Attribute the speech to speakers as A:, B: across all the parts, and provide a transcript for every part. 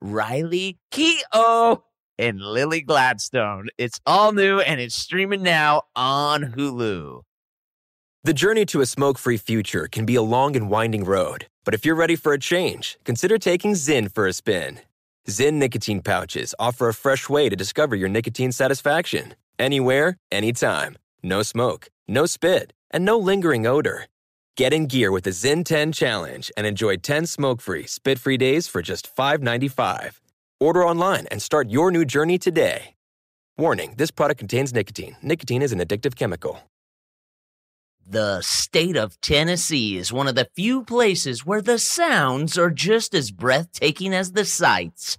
A: Riley Keough and Lily Gladstone. It's all new and it's streaming now on Hulu.
B: The journey to a smoke free future can be a long and winding road, but if you're ready for a change, consider taking Zinn for a spin. Zinn nicotine pouches offer a fresh way to discover your nicotine satisfaction anywhere, anytime. No smoke, no spit, and no lingering odor. Get in gear with the Zinn 10 Challenge and enjoy 10 smoke free, spit free days for just $5.95. Order online and start your new journey today. Warning this product contains nicotine. Nicotine is an addictive chemical.
A: The state of Tennessee is one of the few places where the sounds are just as breathtaking as the sights.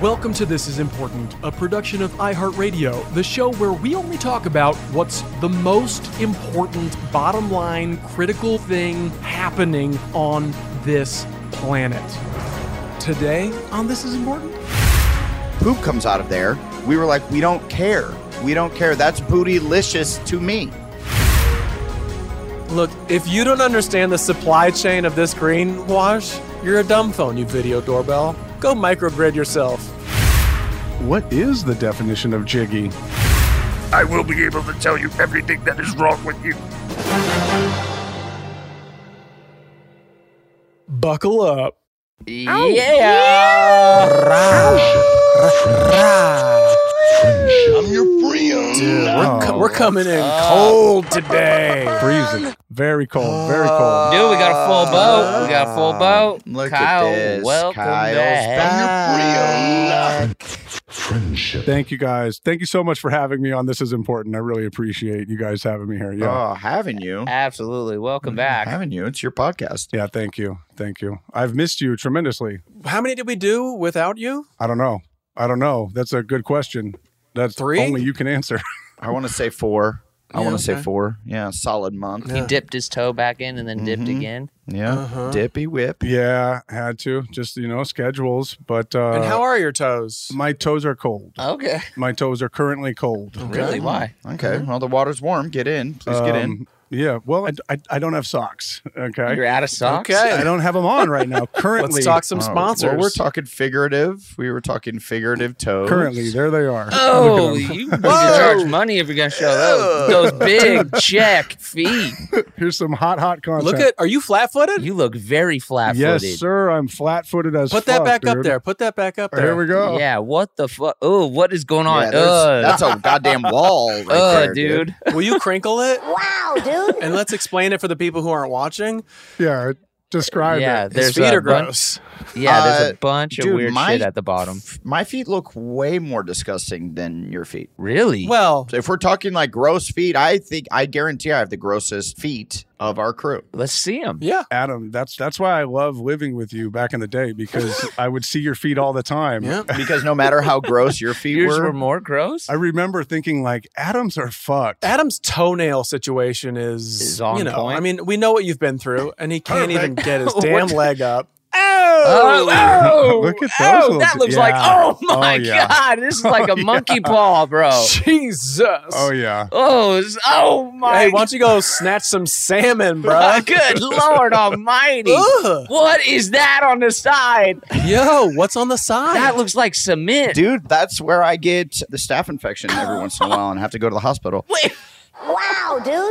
C: Welcome to This Is Important, a production of iHeartRadio, the show where we only talk about what's the most important, bottom line, critical thing happening on this planet. Today on This Is Important,
D: poop comes out of there. We were like, we don't care. We don't care. That's bootylicious to me.
E: Look, if you don't understand the supply chain of this greenwash, you're a dumb phone, you video doorbell. Go microgrid yourself.
F: What is the definition of jiggy?
G: I will be able to tell you everything that is wrong with you.
E: Buckle up.
G: I'm your friend.
E: Dude, we're, co-
F: Oh.
E: we're coming in cold today.
F: Freezing. Very cold. Very cold.
H: Dude, we got a full boat. We got a full boat.
D: Uh, Look
H: Kyle,
D: at this.
H: welcome
D: Kyle's
H: back.
D: back.
G: Friendship.
F: Thank you guys. Thank you so much for having me on. This is important. I really appreciate you guys having me here. Yeah.
D: Oh, having you.
H: Absolutely. Welcome back.
D: Having you. It's your podcast.
F: yeah. Thank you. Thank you. I've missed you tremendously.
E: How many did we do without you?
F: I don't know. I don't know. That's a good question. That's
E: Three?
F: only you can answer.
D: I want to say four. I
E: Yeah,
D: want to
E: okay.
D: say four. Yeah, solid month.
E: Yeah.
D: Yeah.
E: Having-
H: Dipped his toe back in and then dipped
D: Mhm.
H: again.
E: Uh-huh.
D: Dippy whip.
F: yeah, had to. Just you know, schedules. But uh,
E: and how are Uh, your toes?
F: my toes are cold.
H: Okay.
F: My toes are currently cold.
H: Really? Why?
D: Okay. Well, the water's warm. Get in. Please get in.
F: Um, Yeah. Well, I, I, I don't have socks. Okay.
H: You're out of socks?
E: Okay.
F: I don't have them on right now. Currently,
E: Let's talk some
D: Oh,
E: sponsors.
D: Well, we're talking figurative. We were talking figurative toes.
F: currently there they are.
H: Oh,
F: Look at 'em.
H: you need to charge money if you're going to show those, those big check feet.
F: Here's some hot, hot content.
E: Look at, are you flat footed?
H: You look very flat footed.
F: Yes, sir. I'm flat-footed as
E: Put that
F: fuck,
E: back up
F: dude.
E: there. Put that back up there.
F: Here we go.
H: Yeah, what the fuck? Oh, what is going on?
D: Yeah, there's-
H: Ugh.
D: that's a goddamn wall right
H: Ugh,
D: there,
H: dude.
E: Will you crinkle it? wow, dude. And let's explain it for the people who aren't watching.
F: Yeah, Describe
H: Yeah,
F: it.
H: there's
E: His feet
H: a
E: are
H: bunch-
E: gross.
H: Yeah, there's a
D: Uh,
H: bunch of
D: dude,
H: weird
D: my-
H: shit at the bottom.
D: My feet look way more disgusting than your feet.
H: Really?
E: Well,
D: If we're talking like gross feet, I think I guarantee I have the grossest feet of our crew.
H: Let's see them.
E: yeah.
F: Adam, that's that's why I love living with you back in the day because I would see your feet all the time.
E: Yeah.
D: Because no matter how gross your feet
H: Yours
D: were,
H: were more gross?
F: I remember thinking like Adams are fucked.
E: Adam's toenail situation is,
H: Is on
E: you know,
H: point.
E: I mean, we know what you've been through, and he can't even get his damn leg up.
H: Oh, oh,
F: Look at those
H: oh, that
F: little-
H: looks like
F: yeah.
H: oh my
F: Oh, yeah.
H: god, this is like
F: Oh,
H: a monkey
F: yeah.
H: paw, bro.
E: Jesus.
F: Oh yeah.
H: Oh, this- oh my
E: Hey, why don't you go snatch some salmon, bro?
H: god, good lord almighty.
E: Ugh.
H: What is that on the side?
E: Yo, what's on the side?
H: That looks like cement.
I: Dude, that's where I get the staph infection every once in a while and have to go to the hospital.
H: Wait,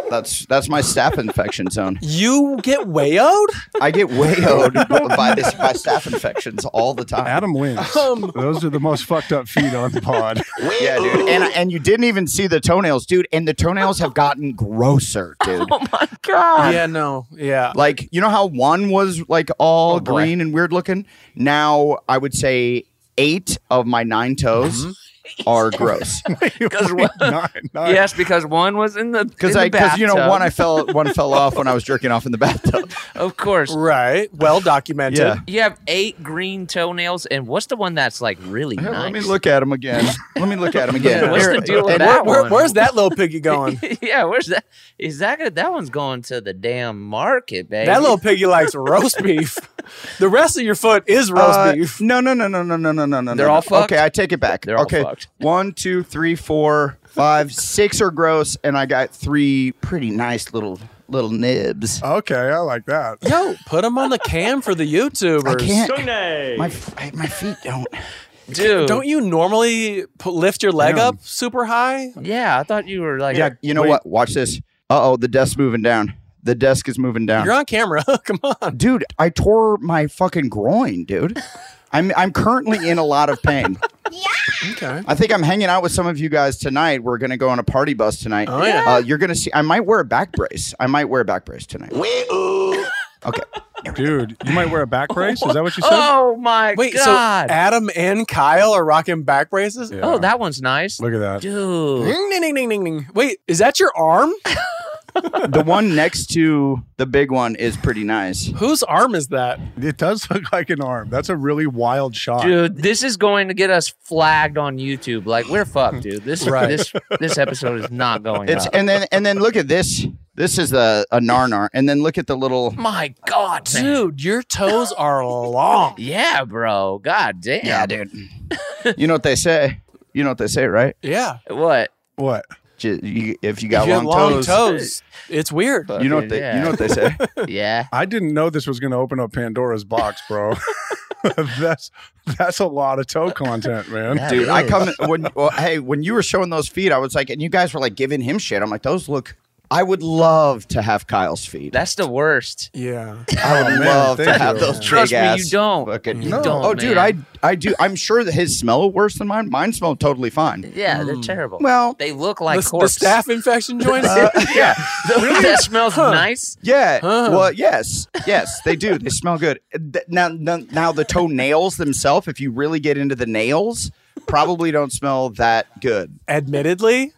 I: That's that's my staph infection zone.
E: you get wayoed?
I: I get wayowed by this by staph infections all the time.
F: Adam wins.
E: Um,
F: Those are the most fucked up feet on the pod.
I: Yeah, dude. And and you didn't even see the toenails, dude. And the toenails have gotten grosser, dude.
H: Oh God.
E: yeah, no. Yeah.
I: Like, you know how one was like all
H: Oh, boy.
I: green and weird looking? Now I would say eight of my nine toes are gross.
H: Because one-
F: Mm-hmm. Nine, nine.
H: yes, because one was in the
I: Because
H: in
I: I
H: the
I: because you know
H: bathtub.
I: one I fell one fell off when I was jerking off in the bathtub.
H: of course.
E: Right. Well documented.
I: Yeah.
H: You have eight green toenails, and what's the one that's like really
I: Here,
H: nice?
I: Let me look at them again. Let me look at them again.
H: What's
I: Here,
H: the deal with
I: and-
H: that
E: Where,
H: one?
E: where's that little piggy going?
H: yeah, where's that? Is that gonna- that one's going to the damn market, baby?
E: That little piggy likes roast beef. The rest of your foot is roast
I: Uh,
E: beef.
I: No, no, no, no, no, no, no, no, no.
H: They're
I: no.
H: all fucked?
I: Okay, I take it back.
H: They're all
I: okay.
H: fucked.
I: One, two, three, four, five, six are gross, and I got three pretty nice little little nibs.
F: Okay, I like that.
E: Yo, put them on the cam for the YouTubers.
I: I can't. My f- my feet don't.
H: dude.
E: Don't you normally p- lift your leg
F: Damn.
E: up super high?
H: yeah, I thought you were like.
I: Yeah, you know
E: uh, wait.
I: what? Watch this. Uh oh, the desk's moving down. The desk is moving down.
E: You're on camera. Come on.
I: dude, I tore my fucking groin, dude. I'm I'm currently in a lot of pain.
E: Okay.
I: I think I'm hanging out with some of you guys tonight. We're gonna go on a party bus tonight.
E: Oh, yeah.
I: Uh, you're gonna see. I might wear a back brace. I might wear a back brace tonight. Okay.
F: Dude, you might wear a back brace. Is that what you said?
H: Oh my
E: Wait,
H: god.
E: so Adam and Kyle are rocking back braces?
F: Yeah.
H: oh, that one's nice,
F: Look at that.
H: dude.
I: Hmm?
E: Ding, ding, ding, ding, ding, ding. Wait, is that your arm?
I: the one next to the big one is pretty nice.
E: Whose arm is that?
F: It does look like an arm. That's a really wild shot.
H: Dude, this is going to get us flagged on YouTube. Like we're fucked, dude. This
E: Right.
H: this this episode is not going.
I: It's
H: up.
I: and then and then look at this. This is a a narnar, and then look at the little.
H: my god, dude.
E: Dude, your toes are long.
H: Yeah, bro. God damn.
I: Yeah, dude. you know what they say. You know what they say, right?
E: Yeah.
H: What?
F: What?
I: Ju- you- if you got
E: if you
I: long,
E: have long toes.
I: toes,
E: It's weird.
I: you know what they
H: Yeah.
I: you know what they say.
H: Yeah.
F: I didn't know this was going to open up Pandora's box, bro. that's that's a lot of toe content, man.
I: dude.
H: That
I: I
H: is.
I: come when well, hey when you were showing those feet, I was like, and you guys were like giving him shit. I'm like, those look. I would love to have Kyle's feet.
H: That's the worst.
E: Yeah.
I: I would
F: Oh, man,
I: love to
F: thank
I: have
F: you.
I: those.
H: Trust
I: big
H: me, you
I: ass
H: don't.
I: fucking-
H: You No. don't,
I: oh, dude, I
H: man.
I: I do. I'm sure that his smell worse than mine. Mine smelled totally fine.
H: Yeah, they're terrible.
I: Well,
H: they look like
E: Mm. the, the
H: corpse.
E: staph infection joints?
I: yeah,
H: that smells nice.
I: yeah.
E: Huh.
I: Well, yes, yes, they do. They smell good. Th- Now, now, now the toenails themselves. If you really get into the nails, probably don't smell that good.
E: Admittedly.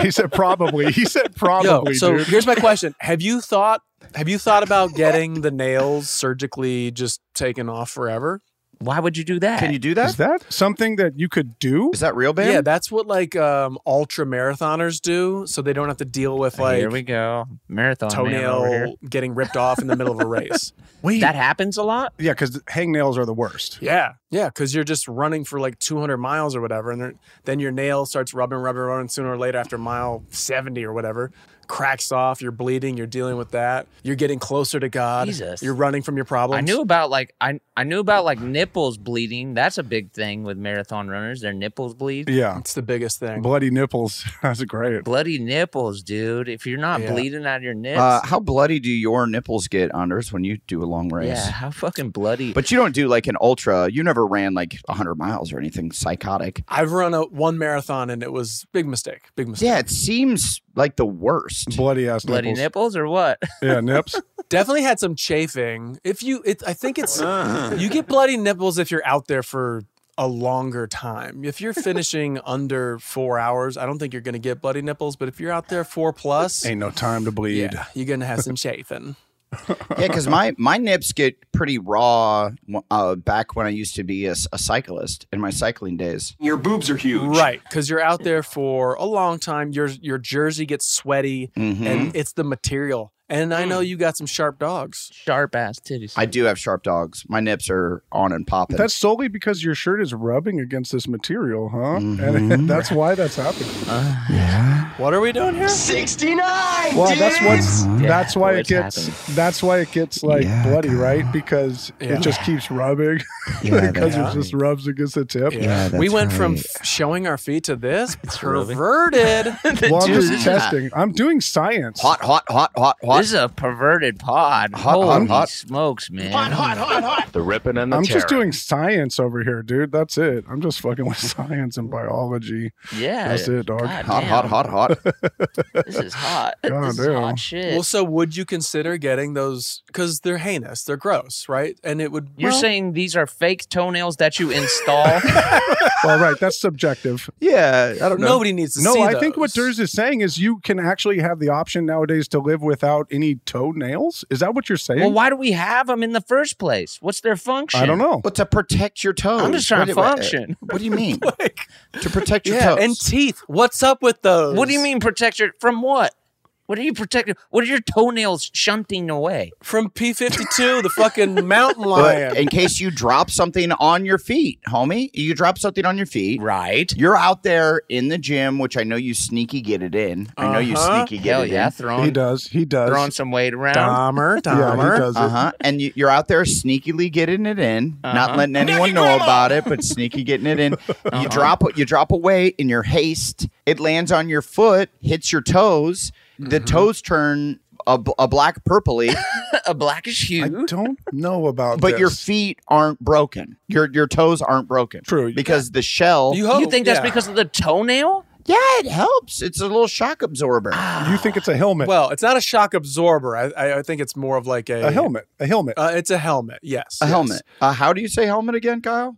F: He said probably. He said
E: Yo,
F: probably,
E: so
F: dude.
E: here's my question. Have you thought have you thought about getting the nails surgically just taken off forever?
H: Why would you do that?
I: Can you do that?
F: Is that something that you could do?
I: Is that real, babe?
E: Yeah, that's what like um ultra marathoners do, so they don't have to deal with
H: Here we
E: like
H: go. Marathon man over here.
E: toenail getting ripped off in the middle of a race.
F: Wait.
H: That happens a lot.
F: yeah, because hangnails are the worst.
E: Yeah, yeah, because you're just running for like 200 miles or whatever, and then- then your nail starts rubbing, rubbing, rubbing. Sooner or later, after mile 70 or whatever, cracks off. You're bleeding. You're dealing with that. You're getting closer to God.
H: Jesus.
E: You're running from your problems.
H: I knew about like I I knew about like nipples bleeding. That's a big thing with marathon runners. Their nipples bleed.
F: Yeah.
E: it's the biggest thing.
F: Bloody nipples. That's great.
H: Bloody nipples, dude. If you're not
E: Yeah.
H: bleeding out of your nips,
I: Uh, how bloody do your nipples get, Anders, when you do a long race?
H: yeah, how fucking bloody.
I: But you don't do like an ultra. You never ran like 100 miles or anything psychotic.
E: I've run a one marathon and it was big mistake. Big mistake.
I: Yeah, it seems like the worst.
F: Bloody ass
H: bloody
F: nipples.
H: nipples. or what?
F: Yeah, nips.
E: Definitely had some chafing. If you, it, I think it's you get bloody nipples if you're out there for a longer time. If you're finishing under four hours, I don't think you're going to get bloody nipples. But if you're out there four plus,
F: Ain't no time to bleed.
E: Yeah, you're gonna have some chafing.
I: Yeah, because my my nips get pretty raw uh, back when I used to be a, s- a cyclist in my cycling days.
J: Your boobs are huge.
E: right, because you're out there for a long time. Your your jersey gets sweaty,
I: Mhm.
F: Mm-hmm.
E: and it's the material. And I know you got some sharp dogs.
H: Hmm. Sharp ass titties.
I: I do have sharp dogs. My nips are on and popping.
F: That's solely because your shirt is rubbing against this material, huh?
I: Mhm.
F: And that's why that's happening.
H: Uh,
E: What are we doing here?
F: Well, that's what
H: Yeah,
F: that's why it
H: what's
F: gets that's why it gets like
I: Mm-hmm. Yeah,
F: bloody,
I: God.
F: right? Because
E: Yeah.
F: it just keeps rubbing
I: Yeah,
F: because
I: that's
F: it just
I: right.
F: rubs against the tip.
I: Yeah,
E: we
I: that's
E: went from
I: right.
E: f- showing our feet to this
H: rubbing.
E: perverted.
F: Well, I'm
K: Dude,
F: just
K: yeah.
F: testing. I'm doing science.
I: hot, hot, hot, hot, hot.
H: This is a perverted pod.
I: Hot,
H: Holy
I: hot, hot.
H: smokes, man.
L: The ripping and the
F: I'm just
L: tearing.
F: doing science over here, dude. That's it. I'm just fucking with science and biology.
H: Yeah.
F: That's it, dog.
H: God
I: hot, hot,
H: damn.
I: hot, hot.
H: This is hot.
F: God
H: this is
F: damn.
H: hot shit.
E: well, so would you consider getting those? Because they're heinous, they're gross, right? And it would.
H: You're
E: well,
H: saying these are fake toenails that you install?
F: Well, right, that's subjective.
I: yeah, I don't know.
E: nobody needs to
F: No,
E: see
F: I think what
E: those.
F: Durs is saying is you can actually have the option nowadays to live without any toenails. Is that what you're saying?
H: well, why do we have them in the first place? What's their function?
F: I don't know.
I: But to protect your toes.
H: I'm just trying to
I: What do-
H: function.
I: What do you mean? to protect your
E: Yeah,
I: toes.
E: and teeth. What's up with those?
H: What do you mean protect your from what? What are you protecting? What are your toenails shunting away?
E: From P fifty two, the fucking mountain lion.
I: but in case you drop something on your feet, homie, you drop something on your feet.
H: Right.
I: You're out there in the gym, which I know you sneaky get it in. I know you
E: Uh-huh.
I: sneaky get
H: Hell
I: it
H: yeah,
I: in.
F: He
H: throwing
F: does. He does.
H: throwing some weight around.
E: Dahmer,
F: yeah, he
E: Dahmer.
F: does it.
I: Uh huh. And you, you're out there sneakily getting it in, not
H: Uh-huh.
I: letting anyone know about it, but sneaky getting it in. You drop you drop a weight in your haste. It lands on your foot, hits your toes. The toes turn a, b- a black purpley,
H: A blackish
F: I
H: hue.
F: don't know about
I: but your
F: this.
I: feet aren't broken. Your your toes aren't broken.
F: True.
I: Because the shell.
E: You hope.
H: you think that's
E: yeah.
H: because of the toenail? Ah.
I: yeah, it helps. It's a little shock absorber.
F: you think it's a helmet.
E: Well, it's not a shock absorber. I, I, I think it's more of like a
F: a helmet. A helmet.
E: Uh, it's a helmet. Yes,
I: a
E: yes.
I: helmet. Uh, how do you say helmet again, Kyle?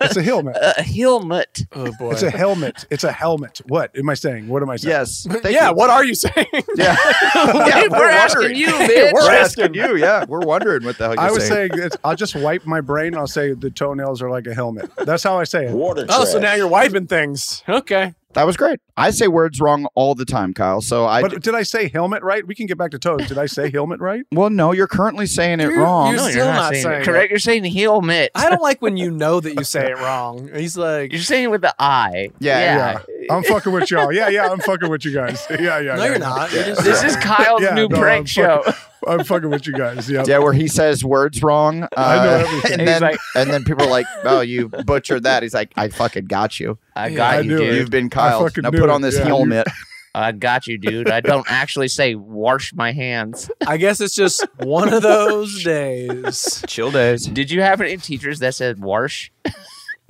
F: It's a helmet.
H: A helmet.
E: Oh boy.
F: It's a helmet. It's a helmet. What am I saying? What am I saying?
I: yes. Thank
E: yeah.
I: you.
E: What are you saying?
I: Yeah.
H: Hey,
I: Yeah,
H: we're,
I: wondering.
H: asking you, bitch.
I: We're asking you. Yeah, we're wondering what the hell you're
F: I was saying, it's, I'll just wipe my brain. I'll say the toenails are like a helmet. That's how I say it.
L: Water
E: oh, so now you're wiping things. Okay.
I: That was great. I say words wrong all the time, Kyle. So I.
F: But did I say helmet right? We can get back to toes. Did I say helmet right?
I: well, no, you're currently saying it
E: You're-
I: wrong.
E: you're-
H: No, you're
E: Still
H: not,
E: not
H: saying,
E: saying
H: it. correct. You're saying helmet.
E: I don't like when you know that you say it wrong. He's like,
H: You're saying it with the I.
I: Yeah,
H: yeah.
F: I'm fucking with y'all. Yeah, yeah, I'm fucking with you guys. Yeah, yeah. yeah.
E: no, you're not. You're just-
H: This is Kyle's
F: Yeah,
H: new
F: no,
H: prank
F: I'm
H: show.
F: fucking- I'm fucking with you guys. Yeah.
I: yeah, where he says words wrong, uh,
F: know everything.
I: and
F: He's
I: then
F: like-
I: and then people are like, "Oh, you butchered that." He's like, "I fucking got you.
H: I
E: Yeah,
H: got
F: I
H: you,
F: knew
H: dude.
F: it.
I: You've been
F: I
I: Kyle.
F: fucking
I: Now
F: knew
I: put
F: it.
I: on this
F: Yeah, you-
I: helmet."
H: I got you, dude. I don't actually say wash my hands.
E: I guess it's just one of those days.
I: Chill days.
H: Did you have any teachers that said wash?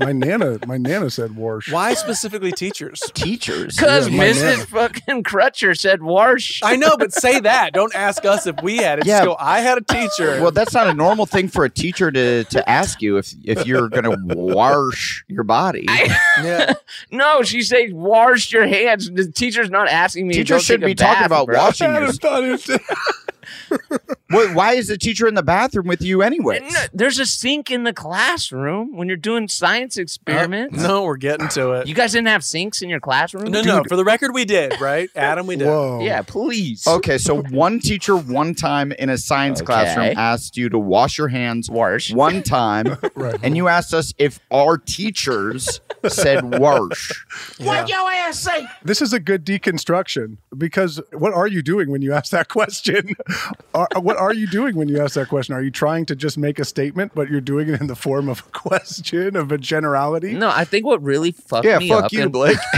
F: My nana, my nana said wash.
E: Why specifically teachers?
I: Teachers.
H: Because
F: Yeah, my
H: Mrs.
F: man.
H: fucking Crutcher said wash.
E: I know, but say that. Don't ask us if we had it. Just
I: Yeah.
E: go, I had a teacher.
I: Well, that's not a normal thing for a teacher to to ask you if if you're gonna wash your body.
E: yeah.
H: No, she said wash your hands. The teacher's not asking me. to
I: Teachers
H: go
I: shouldn't
H: take
I: be
H: a
I: talking
H: bath,
I: about
H: bro.
I: washing your. Wait, why is the teacher in the bathroom with you anyway?
H: No, there's a sink in the classroom when you're doing science experiments.
E: Uh, No, we're getting to it.
H: You guys didn't have sinks in your classroom?
E: no, no. For the record, we did, right? Adam, we did.
I: Oh.
F: Whoa.
H: Yeah, please.
I: Okay, so one teacher one time in a science
H: Okay.
I: classroom asked you to wash your hands
H: Wash.
I: one time,
F: Right.
I: and you asked us if our teachers said wash.
E: What
H: your ass say?
F: This is a good deconstruction because what are you doing when you ask that question? Are, what are you doing when you ask that question? Are you trying to just make a statement, but you're doing it in the form of a question, of a generality?
H: No, I think what really fucked
I: Yeah,
H: me
I: fuck
H: up.
I: you,
H: and-
I: Blake.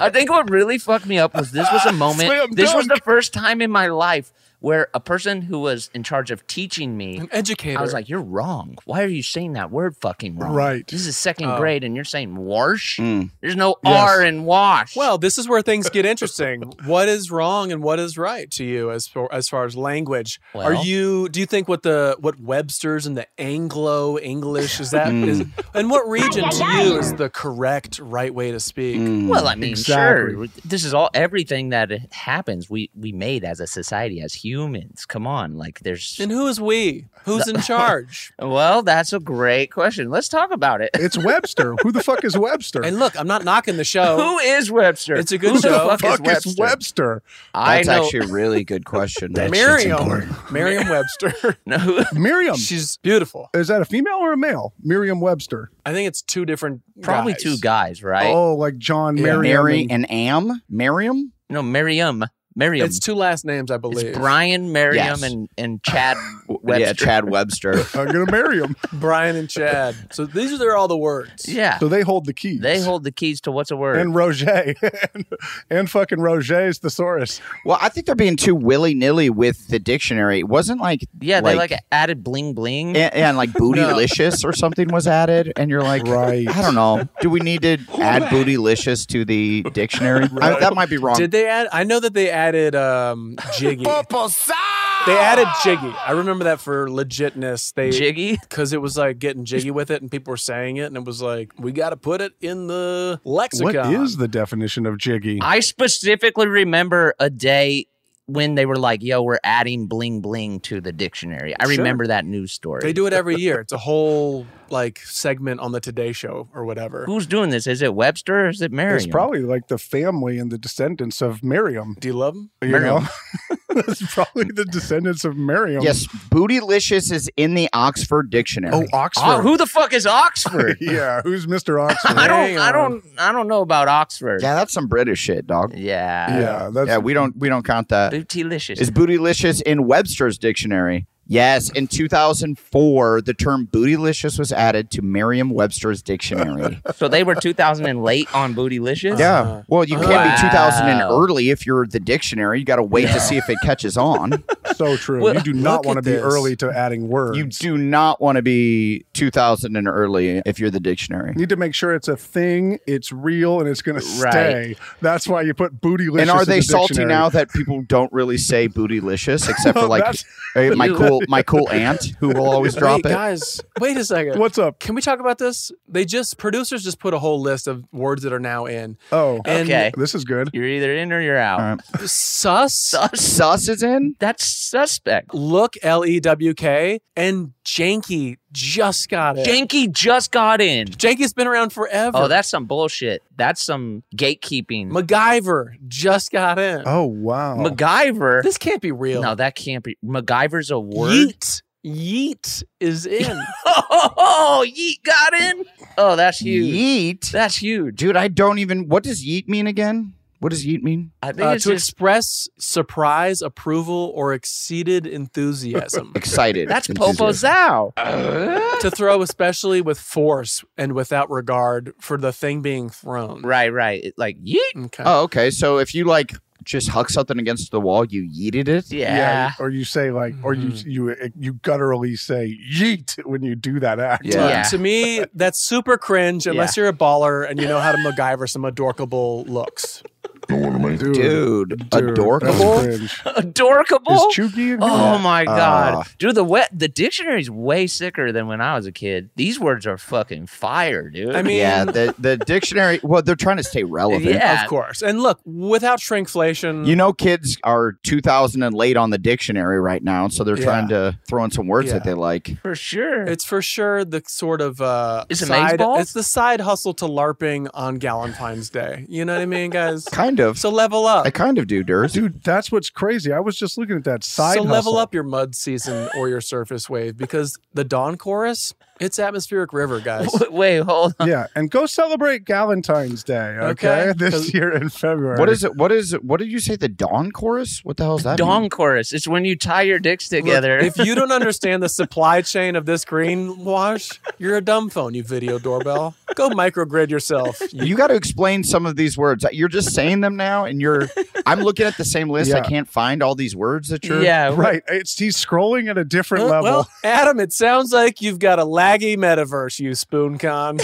H: I think what really fucked me up was this was a moment. this was the first time in my life where a person who was in charge of teaching me
E: An educator.
H: I was like, "You're wrong. Why are you saying that word fucking wrong?
F: Right.
H: This is second
E: Oh.
H: grade, and you're saying wash.
E: Hmm.
I: Mm.
H: There's no
F: Yes.
H: R in wash.
E: Well, this is where things get interesting. what is wrong and what is right to you as for, as far as language? Are
H: Well.
E: you do you think what the what Webster's and the Anglo English is that is and what region to you is the correct right way to speak?
H: Mm.
E: Mm,
H: well, I mean,
F: Exactly.
H: sure. This is all everything that happens. We we made as a society, as humans. Come on, like there's.
E: And who is we? Who's in charge?
H: Well, that's a great question. Let's talk about it.
F: It's Webster. Who the fuck is Webster?
E: And look, I'm not knocking the show.
H: Who is Webster?
E: It's a good
H: Who
E: show.
H: The fuck is
F: fuck
H: Webster?
F: is Webster?
H: I
I: That's
H: know.
I: actually a really good question.
E: Miriam. Merriam Webster.
H: no,
F: Miriam.
E: She's beautiful.
F: Is that a female or a male? Miriam Webster.
E: I think it's two different.
H: probably
E: guys.
H: two guys, right?
F: Oh, like John
I: Mary,
F: Miriam.
I: Mary
F: and-
I: and Am? Miriam?
H: No, Miriam. Miriam.
E: It's
H: It's,
E: two last names, I believe.
H: Brian, Miriam,
I: Yes.
H: and, and Chad Webster.
I: Yeah, Chad Webster.
F: I'm gonna marry him.
E: Brian and Chad. So these are they're all the words.
H: Yeah.
F: So they hold the keys.
H: They hold the keys to what's a word.
F: and Roger and, and fucking Roger's thesaurus.
I: well, I think they're being too willy nilly with the dictionary. It wasn't like
H: yeah, they
I: like-
H: like added bling bling.
I: and, and like bootylicious or something was added, and you're like,
F: Right.
I: I don't know. Do we need to add bootylicious to the dictionary? I, that might be wrong.
E: Did they add? I know that they added um, Jiggy. they added Jiggy. I remember that for legitness. They
H: Jiggy.
E: because it was like getting jiggy with it, and people were saying it, and it was like we got to put it in the
F: What
E: lexicon.
F: is the definition of jiggy?
H: I specifically remember a day when they were like, yo, we're adding bling bling to the dictionary. I
E: Sure.
H: remember that news story.
E: They do it every year. It's a whole like segment on the Today Show or whatever.
H: Who's doing this? Is it Webster or is it Miriam?
F: it's probably like the family and the descendants of Miriam.
E: Do you love them?
F: You know, it's probably the descendants of Miriam.
I: yes, bootylicious is in the Oxford Dictionary.
F: Oh, Oxford.
I: Ah,
H: Oh, who the fuck is Oxford?
F: yeah, who's Mr. Oxford?
H: I don't
E: Hang
H: I
E: on.
H: don't I don't know about Oxford.
I: yeah, that's some British shit, dog.
H: Yeah.
F: yeah, that's
I: Yeah, we don't we don't count that.
H: Bootylicious.
I: Is bootylicious in Webster's dictionary? Yes, in 2004, the term bootylicious was added to Merriam-Webster's dictionary.
H: so they were 2000 and late on Bootylicious?
I: yeah. Well, you can't be 2000 and
H: Wow.
I: early if you're the dictionary. You got to wait to see if it catches on.
F: so true.
H: Well,
F: you do not
E: look
F: want to
E: at
F: be
E: this.
F: early to adding words.
I: You do not want to be 2000 and early if you're the dictionary.
F: need to make sure it's a thing, it's real, and it's going to stay. That's why you put bootylicious.
I: And are
F: in
I: they
F: the
I: salty
F: dictionary.
I: now that people don't really say bootylicious except for like
F: That's-
I: uh, my cool my cool aunt who will always drop
E: wait,
I: it?
E: guys. Wait a second.
F: What's up?
E: Can we talk about this? They just producers just put a whole list of words that are now in.
F: Oh,
E: And
H: Okay.
F: this is good.
H: You're either in or you're out.
I: All right.
E: sus,
I: Sus is in.
H: That's suspect.
E: look, L E W K, and janky just got it.
H: Janky just got in.
E: Janky's been around forever.
H: Oh, that's some bullshit. That's some gatekeeping.
E: MacGyver just got in.
F: Oh wow.
H: MacGyver.
E: This can't be real.
H: no, that can't be. MacGyver's a word.
E: Yeet. Yeet is in.
H: Oh, yeet got in. Oh, that's huge.
I: Yeet,
H: That's huge.
I: dude. I don't even. What does yeet mean again? What does yeet mean?
H: I think
E: uh,
H: it's
E: to
H: just
E: express surprise, approval, or exceeded enthusiasm.
I: Excited.
H: that's
I: Enthusiasm.
H: Popo Zao.
E: to throw especially with force and without regard for the thing being thrown.
H: Right, right. It- like yeet.
E: Okay.
I: Oh, okay. So if you like just huck something against the wall, you yeeted it.
H: Yeah.
F: Or you say like, or you
I: Mm-hmm.
F: you eh, you gutturally say yeet when you do that act.
I: Yeah.
H: Yeah.
E: To me, that's super cringe unless you're a baller and you know how to MacGyver some adorkable looks.
F: Dude,
I: Dude, adorable.
F: that was cringe. Is
H: Adorkable.
F: Chucky in
H: Oh
F: here?
H: my
I: Ah.
H: god, dude! The wet the dictionary's way sicker than when I was a kid. These words are fucking fire, dude.
E: I mean,
I: yeah, the the dictionary. Well, they're trying to stay relevant.
H: Yeah.
E: of course. And look, without shrinkflation,
I: You know, kids are 2000 and late on the dictionary right now, so they're
E: Yeah.
I: trying to throw in some words that
E: Yeah.
I: they like.
H: for sure.
E: it's for sure the sort of uh,
H: Is it
E: side,
H: Mazeball?
E: it's the side hustle to LARPing on Galentine's Day. You know what I mean, guys?
I: Kind of.
E: so level up.
I: I kind of do, Durs.
F: dude, that's what's crazy. I was just looking at that side.
E: so level
F: hustle.
E: up your mud season or your surface wave because the dawn chorus, it's atmospheric river, guys.
H: W- Wait, hold on.
F: Yeah, and go celebrate Galentine's Day, okay?
E: Okay.
F: This year in February.
I: What is it? What is it? What did you say? The dawn chorus? What the hell is that? mean?
H: Dong chorus. It's when you tie your dicks together.
E: Look, if you don't understand the supply chain of this greenwash, you're a dumb phone, you video doorbell. Go microgrid yourself.
I: You got to explain some of these words. You're just saying them now, and you're. I'm looking at the same list. I
F: Yeah.
I: can't find all these words that you're.
H: yeah, wh-
F: Right. It's he's scrolling at a different level.
E: Well, Adam, it sounds like you've got a laggy metaverse, you spoon con.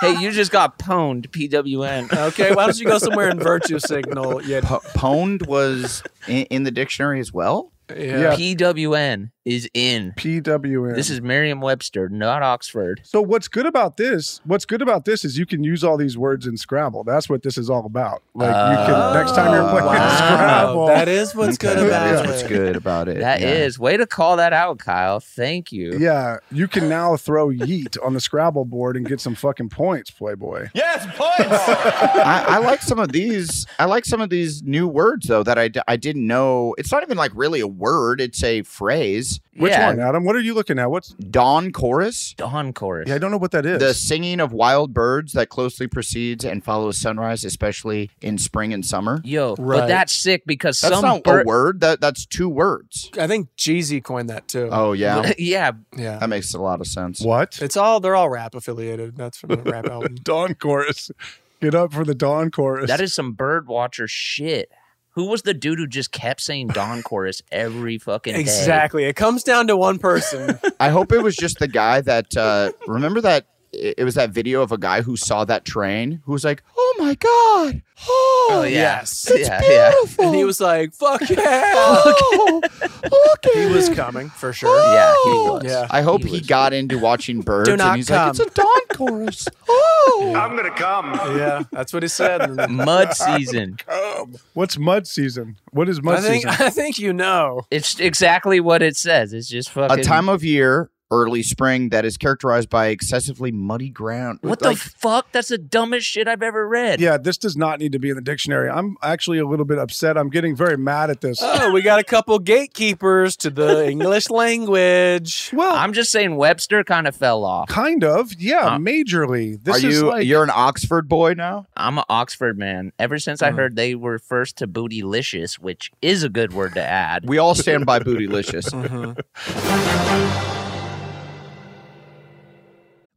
H: Hey, you just got pwned, PWN.
E: Okay, why don't you go somewhere in virtue signal? Yeah.
I: P- pwned was in, in the dictionary as well.
F: Yeah.
H: PWN. is in.
F: PWN.
H: This is Merriam-Webster, not Oxford.
F: So what's good about this? What's good about this is you can use all these words in Scrabble. That's what this is all about. Like you can next time you're playing
D: wow.
F: Scrabble.
E: that is what's good
D: Okay,
E: about
D: that's
E: it.
D: what's good about it.
H: That is way to call that out, Kyle. Thank you.
F: yeah, you can now throw yeet on the Scrabble board and get some fucking points, Playboy.
M: Yes, points.
D: I, I like some of these. I like some of these new words though that I, d- I didn't know. It's not even like really a word. It's a phrase.
F: Which
H: Yeah.
F: one, Adam? What are you looking at? What's
D: Dawn chorus.
H: Dawn chorus.
F: yeah? I don't know what that is.
D: The singing of wild birds that closely precedes and follows sunrise, especially in spring and summer.
H: Yo,
E: Right.
H: but that's sick because
D: That's
H: some
D: not
H: bir-
D: a word. That that's two words.
E: I think Jeezy coined that too.
D: Oh yeah,
H: yeah,
E: yeah.
D: that makes a lot of sense.
F: what?
E: It's all they're all rap affiliated. That's from the rap album.
F: Dawn chorus. Get up for the dawn chorus.
H: that is some bird watcher shit. Who was the dude who just kept saying Dawn chorus every fucking day?
E: Exactly. It comes down to one person.
D: I hope it was just the guy that uh, remember that it it was that video of a guy who saw that train who was like, "Oh my god, oh,
H: Oh yeah.
E: yes.
H: It's yeah, yeah.
D: beautiful!"
E: And he was like, "Fuck yeah!"
D: "Oh, look at
E: he was
D: it."
E: coming for sure.
H: Yeah, he was.
E: Yeah.
D: I hope
H: He
D: he,
H: was-
D: got into watching birds
E: Do not
D: and he's
E: come.
D: like, "It's a dawn chorus." Oh,
G: I'm gonna come.
E: yeah, that's what he said. And then-
H: Mud season.
F: What's mud season? What is mud
E: I think
F: season?
E: I think you know.
H: It's exactly what it says. It's just fucking.
D: a time of year, early spring, that is characterized by excessively muddy ground.
H: what
D: Like,
H: the fuck? That's the dumbest shit I've ever read.
F: yeah, this does not need to be in the dictionary. I'm actually a little bit upset. I'm getting very mad at this.
H: Uh.
E: Oh, we got a couple gatekeepers to the English language.
F: well,
H: I'm just saying Webster kind of fell off.
F: kind of. Yeah,
H: Uh,
F: majorly.
D: are
F: This is
D: you
F: like
D: you're an Oxford boy now? Uh-huh.
H: I'm an Oxford man. Ever since I heard they were first to bootylicious, which is a good word to add.
D: We all stand by Bootylicious.
F: Mm-hmm.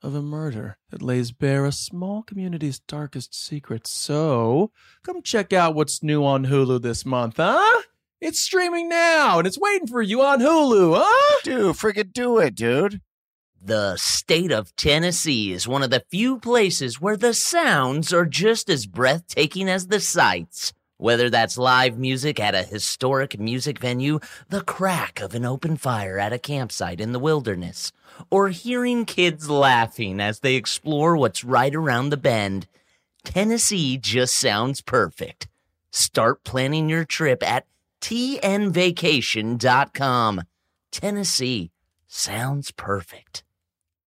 E: of a murder that lays bare a small community's darkest secrets. So, come check out what's new on Hulu this month, huh? It's streaming now and it's waiting for you on Hulu, huh?
D: Dude, freaking do it, dude.
A: The state of Tennessee is one of the few places where the sounds are just as breathtaking as the sights. Whether that's live music at a historic music venue, the crack of an open fire at a campsite in the wilderness, or hearing kids laughing as they explore what's right around the bend, Tennessee just sounds perfect. Start planning your trip at tnvacation.com. Tennessee sounds perfect.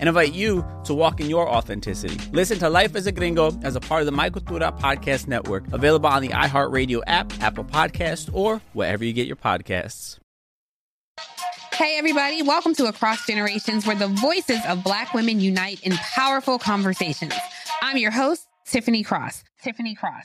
M: and invite you to walk in your authenticity. Listen to Life as a Gringo as a part of the My Cultura Podcast Network, available on the iHeartRadio app, Apple Podcast, or wherever you get your podcasts.
N: Hey, everybody, welcome to Across Generations, where the voices of Black women unite in powerful conversations. I'm your host, Tiffany Cross. Tiffany Cross.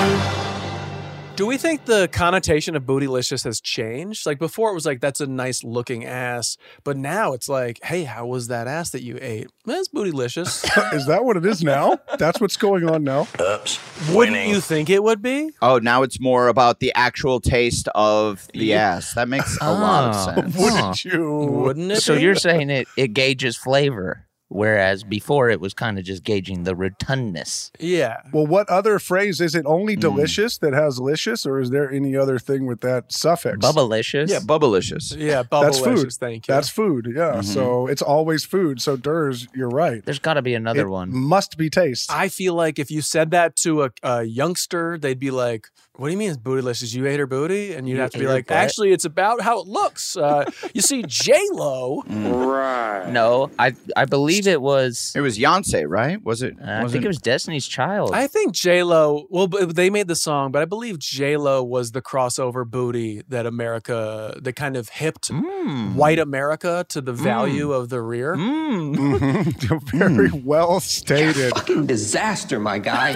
E: Do we think the connotation of bootylicious has changed? Like before, it was like that's a nice looking ass, but now it's like, hey, how was that ass that you ate? That's bootylicious.
F: is that what it is now? That's what's going on now.
I: Oops.
E: Wouldn't you think it would be?
I: Oh, now it's more about the actual taste of the ass. That makes a lot of
H: Oh.
I: sense.
H: Wouldn't
F: you?
E: Wouldn't it?
H: So
E: be?
H: you're saying it, it gauges flavor, whereas before it was kind of just gauging the rotundness.
E: Yeah.
F: Well, what other phrase is it? Only delicious that has licious, or is there any other thing with that suffix?
H: Bubblicious.
I: Yeah, bubblicious.
E: Yeah,
F: That's
E: bubblicious,
F: food.
E: thank you.
F: That's food. Yeah.
H: Mhm.
F: So it's always food. So Durs, you're right.
H: There's got to be another
F: It
H: one.
F: Must be taste.
E: I feel like if you said that to a, a youngster, they'd be like, "What do you mean it's bootylicious? You ate her booty?" And you'd
H: You
E: have to
H: ate
E: be
H: her
E: like,
H: butt?
E: "Actually, it's about how it looks." Uh, you see, J Lo.
H: Mm.
I: Right.
H: No, I I believe it was. Uh,
I: It was Yonsei, right? Was it?
H: I think it was Destiny's Child.
E: I think J Lo. Well, b- they made the song, but I believe J Lo was the crossover booty that America, that kind of hipped
H: Mm.
E: white America to the value of the rear.
F: Mm. Mhm. Very well stated.
O: Fucking disaster, my guy.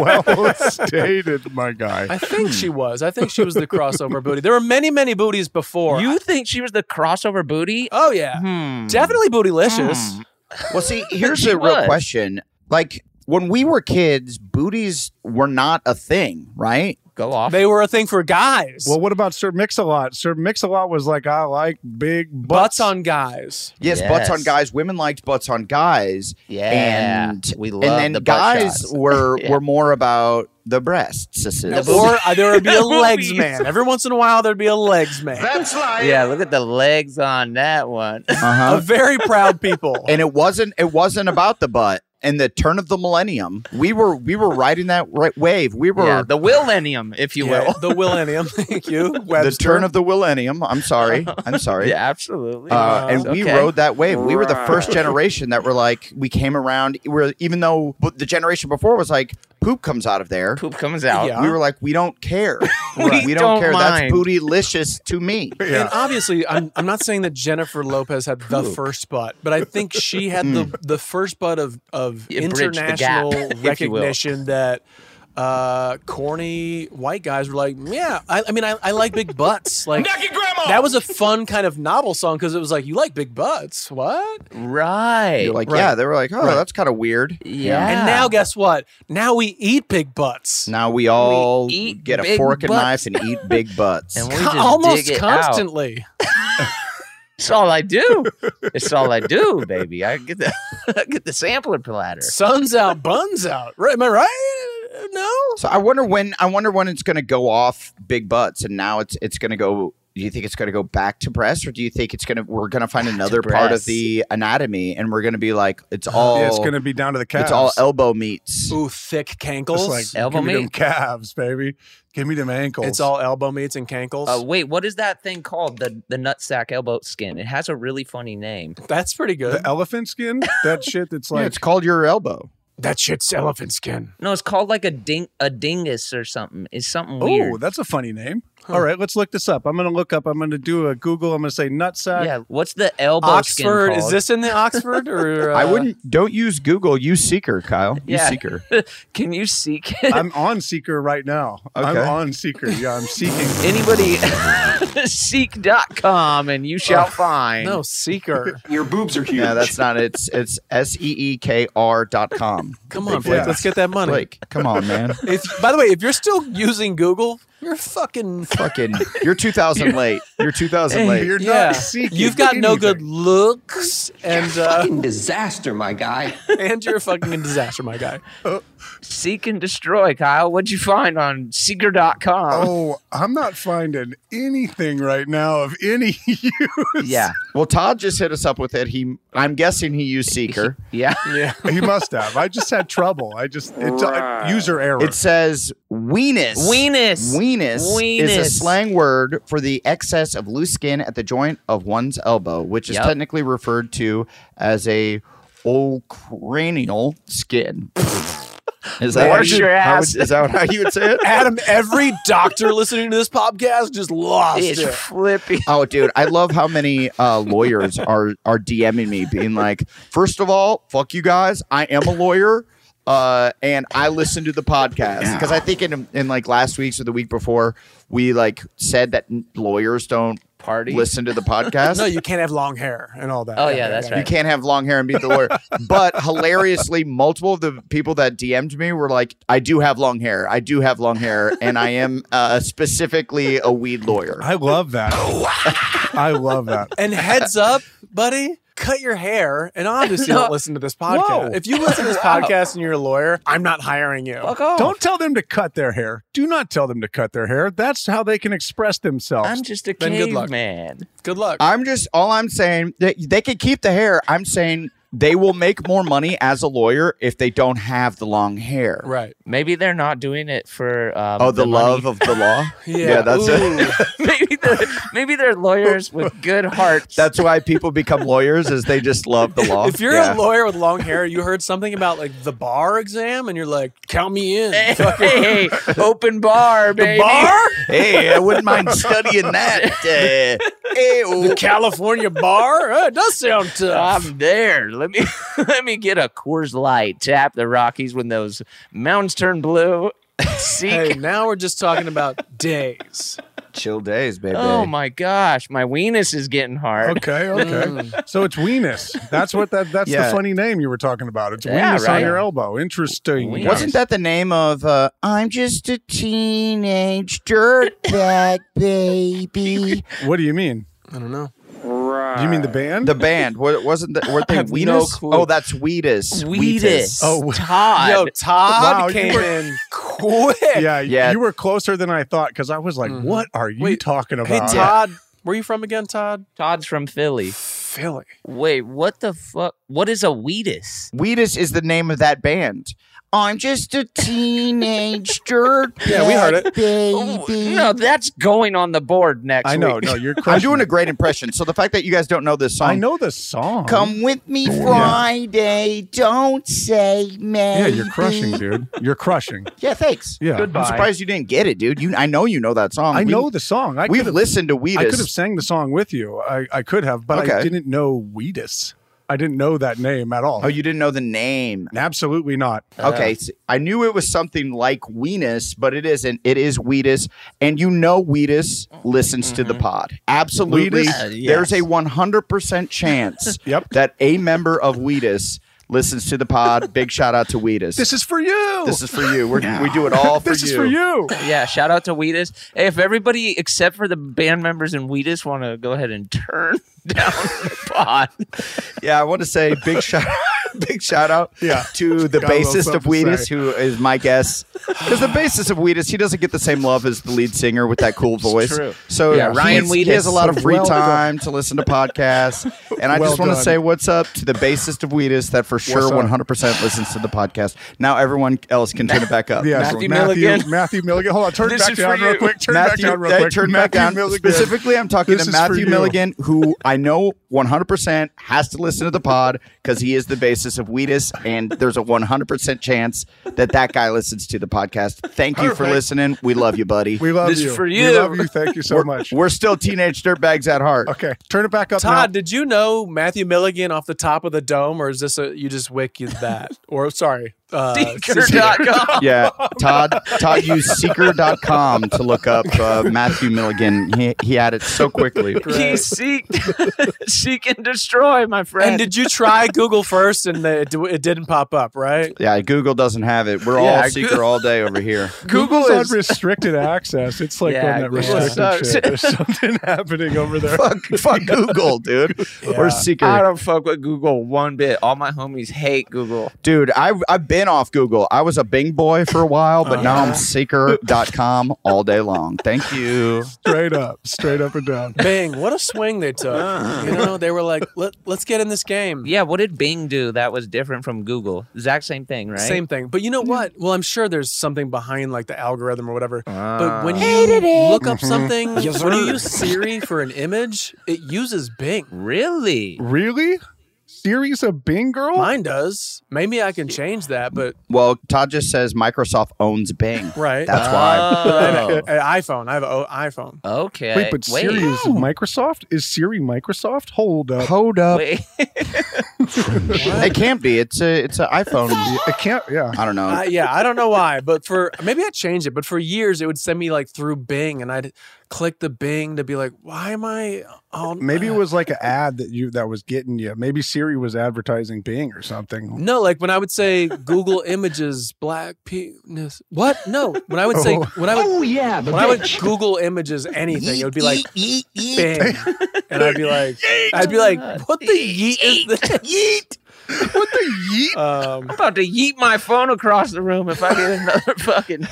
F: well stated, my guy.
E: I think she was. I think she was the crossover booty. There were many, many booties before.
H: You think she was the crossover booty?
E: oh yeah,
H: Hmm.
E: definitely bootylicious.
I: Hmm. Well, see, here's
H: She
I: a real
H: was.
I: question. Like when we were kids, booties were not a thing, right?
H: Go off.
E: They were a thing for guys.
F: Well, what about Sir Mix-a-Lot? Sir Mix-a-Lot was like, I like big
E: butts
F: butts.
E: on guys.
I: Yes, butts on
H: Yes.
I: guys. Women liked butts on guys.
H: Yeah.
I: and
H: We
I: and
H: love
I: then
H: the butt
I: guys
H: shots.
I: were
H: Yeah.
I: were more about the breasts. The
E: Or uh, there would be a legs
H: Boobies.
E: man. Every once in a while, there'd be a legs man.
H: yeah, look at the legs on that one.
E: a
I: uh-huh.
E: very proud people.
I: and it wasn't it wasn't about the butt. In the turn of the millennium, we were we were riding that right wave. We were
H: yeah, the millennium, if you
E: Yeah,
H: will.
E: the millennium. Thank you.
I: the
E: Webster.
I: turn of the millennium. I'm sorry. I'm sorry.
H: Yeah, absolutely.
I: Uh, and we
H: Okay.
I: rode that wave. We were the first generation that were like, we came around. We're, even though b- the generation before was like, poop comes out of there,
H: poop comes out.
E: Yeah.
I: we were like, we don't care. we, don't,
H: don't
I: care.
H: mind.
I: That's bootylicious to me.
E: And obviously, I'm, I'm not saying that Jennifer Lopez had the first butt, but I think she had the, the first butt of, of
H: It bridged Mm. the gap,
E: international
H: if you will.
E: recognition that uh, corny white guys were like, yeah, I, I mean, I, I like big butts. Like That was a fun kind of novel song because it was like, you like big butts? What?
H: Right.
I: You're like, yeah, they were like, oh, that's kind of weird.
H: yeah.
E: And now, guess what? Now we eat big butts.
I: Now we all
H: eat
I: get a
H: big
I: fork and knife
H: butts.
I: and eat big butts.
H: And we
E: Co-
H: just
E: almost
H: dig it out.
E: constantly.
H: It's all I do. It's all I do, baby. I get the I get the sampler platter.
E: Sun's out, buns out. Right? Am I right? No.
I: so I wonder when I wonder when it's going to go off big butts, and now it's it's going to go. Do you think it's going to go back to breast, or do you think it's going to we're going to find another part of
H: breasts.
I: the anatomy, and we're going to be like, it's all
F: Yeah, it's going to be down to the calves.
I: It's all elbow meats.
E: Ooh, thick cankles.
F: It's like,
H: Elbow
F: give me them
H: meat.
F: calves, baby. Give me them ankles.
E: It's all elbow meats and cankles.
H: Uh, wait, what is that thing called? The the nutsack elbow skin. It has a really funny name.
E: that's pretty good.
F: the elephant skin. That shit. That's
I: Yeah,
F: like
I: it's called your elbow.
E: that shit's elephant skin.
H: No, it's called like a ding a dingus or something. It's something
F: Oh,
H: weird.
F: that's a funny name. All right, let's look this up. I'm going to look up. I'm going to do a Google. I'm going to say nutsack.
H: yeah. What's the elbow skin
E: Oxford.
H: called?
E: Is this in the Oxford or? Uh,
I: I wouldn't. Don't use Google. Use Seeker, Kyle. Use
H: Yeah.
I: Seeker.
H: Can you seek it?
F: I'm on Seeker right now. I'm
I: Okay.
F: on Seeker. Yeah, I'm seeking.
H: anybody seek.com and you shall find.
E: No, seeker.
O: Your boobs are huge.
I: No, that's not. it. It's it's s e e k r dot com.
E: Come on,
I: Big
E: Blake.
I: Blake.
E: Let's get that money.
I: Blake, come on, man.
E: If, by the way, if you're still using Google, You're fucking
I: Fucking, you're 2000 late. You're 2000 late.
E: You've got no good looks and uh,
P: fucking disaster, my guy.
E: and you're a fucking disaster, my guy.
I: Uh,
H: Seek and destroy, Kyle. What'd you find on seeker.com?
F: Oh, I'm not finding anything right now of any use.
I: Yeah. Well, Todd just hit us up with it. He, I'm guessing he used Seeker.
H: yeah.
E: Yeah.
F: he must have. I just had trouble. I just it's uh, user error.
I: It says weenus.
H: Weenus.
I: Weenus, is a
H: Weenus.
I: slang word for the excess of loose skin at the joint of one's elbow, which is
H: Yep.
I: technically referred to as a ocranial skin. Is that,
H: Wash
I: how you-
H: your
I: how
H: ass.
I: would- is that how you would say it?
E: Adam, every doctor listening to this podcast just lost
H: It's
E: it.
H: flippy.
I: Oh, dude, I love how many uh, lawyers are are DMing me, being like, first of all, fuck you guys. I am a lawyer, uh, and I listen to the podcast because I think in in like last week's or the week before, we like said that n- lawyers don't
H: Party.
I: listen to the podcast.
E: No, you can't have long hair and all that.
H: Oh, yeah, that's
I: You
H: right.
I: can't have long hair and be the lawyer. But hilariously, multiple of the people that DM'd me were like, I do have long hair. I do have long hair. And I am uh, specifically a weed lawyer.
F: I love that. I love that.
E: And heads up, buddy, cut your hair and obviously don't listen to this podcast.
F: Whoa.
E: If you listen to this podcast and you're a lawyer, I'm not hiring you.
H: Fuck off.
F: Don't tell them to cut their hair. Do not tell them to cut their hair. That's how they can express themselves.
H: I'm just a
E: Then good luck.
H: caveman.
E: Good luck.
I: I'm just all I'm saying that they can keep the hair. I'm saying they will make more money as a lawyer if they don't have the long hair.
E: right.
H: Maybe they're not doing it for um,
I: Oh, the,
H: money.
I: love of the law.
E: Yeah.
I: that's it.
H: maybe they're maybe they're lawyers with good hearts.
I: That's why people become lawyers is they just love the law.
E: If you're
I: Yeah.
E: a lawyer with long hair, you heard something about like the bar exam and you're like, count me in.
H: hey, hey, hey, open bar, baby.
E: bar?
I: hey, I wouldn't mind studying that. Uh, hey,
E: The California bar? Uh, it does sound tough.
H: I'm there. Let me let me get a Coors Light. Tap the Rockies when those mountains turn blue. Seek.
E: Hey, now we're just talking about days.
I: chill days, baby.
H: oh my gosh, my weenus is getting hard. Mm.
F: Okay, okay. so it's weenus. That's what that that's
I: Mm. Yeah.
F: the funny name you were talking about. It's
H: Yeah,
F: weenus on
H: right.
F: your elbow. Interesting.
H: Weenus.
I: Wasn't that the name of uh, I'm just a teenage dirtbag baby?
F: What do you mean?
E: I don't know.
F: Do you mean the band?
I: the band wa- wasn't that, weren't they
H: have
I: Weenus?
H: no clue.
I: Oh, that's Wheatus.
H: Weenus.
F: Oh,
H: Todd.
E: Yo, Todd
F: Wow, you
E: came
F: were-
E: in quick.
F: yeah,
I: Yeah. Mm-hmm.
F: You were closer than I thought because I was like,
E: Mhm.
F: "What are you
E: Wait,
F: talking
E: Hey,
F: about?"
E: Todd, where you from again, Todd?
H: Todd's from Philly.
E: Philly.
H: Wait, what the fuck? What is a weenus?
I: Wheatus is the name of that band. I'm just a teenage jerk.
E: Yeah, we heard it.
H: Oh, no, that's going on the board next.
F: I know.
H: week.
F: No, you're.
I: I'm
F: crushing
I: doing
F: it.
I: a great impression. So the fact that you guys don't know this song.
F: I know the song.
I: Come with me Friday. Don't say May.
F: Yeah, you're crushing, dude. You're crushing.
I: Yeah, thanks.
F: Yeah.
I: I'm surprised you didn't get it, dude. You, I know you know that song.
F: I
I: We-
F: know the song. I
I: We've
F: could've-
I: listened to
F: I could have
I: Wheatus.
F: sang the song with you. I, I could have, but I
I: Okay.
F: didn't know Wheatus. I didn't know that name at all.
I: Oh, you didn't know the name.
F: Absolutely not.
I: Okay, s- I knew it was something like Weenus, but it isn't. It is Wheatus, and you know Wheatus listens to the pod. Absolutely,
F: Wheatus? Uh,
I: there's a 100% chance
F: Yep.
I: that a member of Wheatus listens to the pod. Big shout out to Wheatus.
F: This is for you.
I: This is for you. We're, We do it all for
F: This
I: you.
F: is for you.
H: Yeah, shout out to Wheatus. Hey, if everybody except for the band members in Wheatus want to go ahead and turn down the pod,
I: Yeah, I want to say big shout. Big shout out
F: Yeah.
I: to the
F: Got a little
I: bassist of
F: something to
I: Wheatus,
F: say.
I: who is my guess. Because the bassist of Wheatus, he doesn't get the same love as the lead singer with that cool voice.
H: true.
I: So
H: Yeah, Ryan
I: he's- he has
H: Wheatus.
I: a lot of free
F: Well done.
I: time to listen to podcasts. And I
F: Well
I: just want to
F: done.
I: say what's up to the bassist of Wheatus that for sure
F: up?
I: 100% listens to the podcast. Now everyone else can turn it back up.
F: Yeah,
H: Matthew
F: Matthew
H: Milligan.
F: Matthew Milligan. Hold on, turn it
H: This
F: back
H: is
F: down
H: for
F: real
H: you.
F: quick. Turn it
I: Matthew,
F: back down real
I: yeah,
F: quick.
I: turn it
F: Matthew
I: back down.
F: Milligan.
I: Specifically, I'm talking
F: This
I: to
F: is for
I: Matthew
F: you.
I: Milligan, who I know 100% has to listen to the pod because he is the basis of Wheatus, and there's a 100% chance that that guy listens to the podcast. Thank you for
F: Perfect.
I: listening. We love you, buddy.
F: We love
H: This is
F: you.
H: for
F: We
H: you.
F: love you. Thank you so
I: We're-
F: much.
I: We're still teenage dirtbags at heart.
F: okay, turn it back up.
E: Todd,
F: now.
E: did you know Matthew Milligan off the top of the dome, or is this a you just wiki that? or sorry, uh,
A: Seeker.com.
I: yeah, Todd Todd used seeker.com to look up uh, Matthew Milligan. He, he had it so quickly.
A: He seek, seek and destroy, my friend.
E: And did you try Google first and the, it, d- it didn't pop up, right?
I: Yeah, Google doesn't have it. We're
E: Yeah,
I: all seeker
E: Goo-
I: all day over here.
F: Google's
E: Google is-
F: on restricted access. It's like
I: Yeah,
F: on that
I: Google
F: restricted
I: sucks.
F: shit. There's something happening over there.
I: Fuck, fuck Google, dude. We're seeker.
H: I don't fuck with Google one bit. All my homies hate Google.
I: Dude, I, I've been off Google. I was a Bing boy for a while, but now
H: Oh.
I: I'm seeker.com all day long. Thank you.
F: Straight up, straight up and down.
E: Bing, what a swing they took. you know, they were like, Let, let's get in this game.
H: Yeah, what did Bing do that was different from Google? Exact same thing, right?
E: Same thing. But you know what? Well, I'm sure there's something behind like the algorithm or whatever. but when
H: Ah.
E: you
H: Hated it.
E: look up
H: Mhm.
E: something,
H: Yes,
E: when you
H: sir.
E: use Siri for an image, it uses Bing.
H: Really?
F: Really? Siri's a Bing girl?
E: Mine does. Maybe I can change that, but
I: Well, Todd just says Microsoft owns Bing.
E: right.
I: That's
E: I have
I: why.
E: a- an iPhone. I have an iPhone.
H: Oh. Okay.
F: Wait, but Siri is Microsoft? Is Siri Microsoft? Hold up.
I: Hold up. it can't be. It's a it's an iPhone.
F: It can't. Yeah.
I: I don't know.
E: I- yeah, I don't know why, but for maybe I changed it. But for years, it would send me like through Bing, and I'd click the Bing to be like, "Why am I
F: Oh,
E: on?"
F: Maybe it was like an ad that you that was getting you. Maybe Siri was advertising Bing or something.
E: No, like when I would say Google Images black penis. What? No, when I would say
F: Oh.
E: when I would
F: Oh, yeah, the
E: when I would
F: bitch.
E: Google Images anything, it would be like
D: Yeet, yeet,
E: Bing, and I'd be like I'd be like, what the yeet is this?
D: Yeet.
F: What the yeet?
H: I'm
E: Um,
H: about to yeet my phone across the room if I get another fucking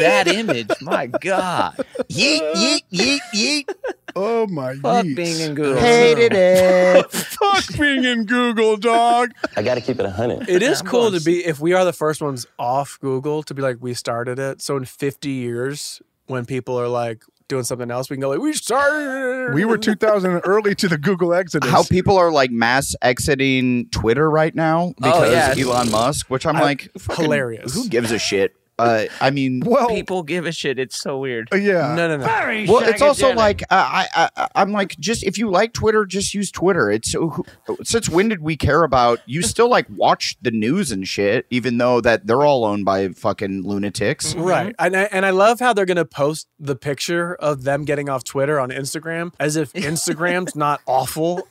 H: bad image. My God.
D: Yeet, yeet, yeet, yeet.
F: Oh my
H: Fuck
F: yeets.
H: Bing and Google.
D: Hated it.
F: Fuck Bing and Google, dog.
Q: I got to keep it 100.
E: It is cool to be if we are the first ones off Google to be like we started it. So in 50 years, when people are like doing something else, we can go like we started. it."
F: We were 2000 and early to the Google exodus.
I: How people are like mass exiting Twitter right now because
H: Oh, yeah.
I: Elon Musk, which I'm
E: I-
I: like fucking-
E: hilarious.
I: Who gives a shit? Uh, I mean,
F: well,
H: People give a shit. It's so weird.
F: Uh, yeah.
E: No, no, no.
I: Well, it's also like uh, I, I, I- I'm like, just if you like Twitter, just use Twitter. It's uh, who- since when did we care about? You still like watch the news and shit, even though that they're all owned by fucking lunatics.
E: Right. And I, and I love how they're going to post the picture of them getting off Twitter on Instagram as if Instagram's not awful,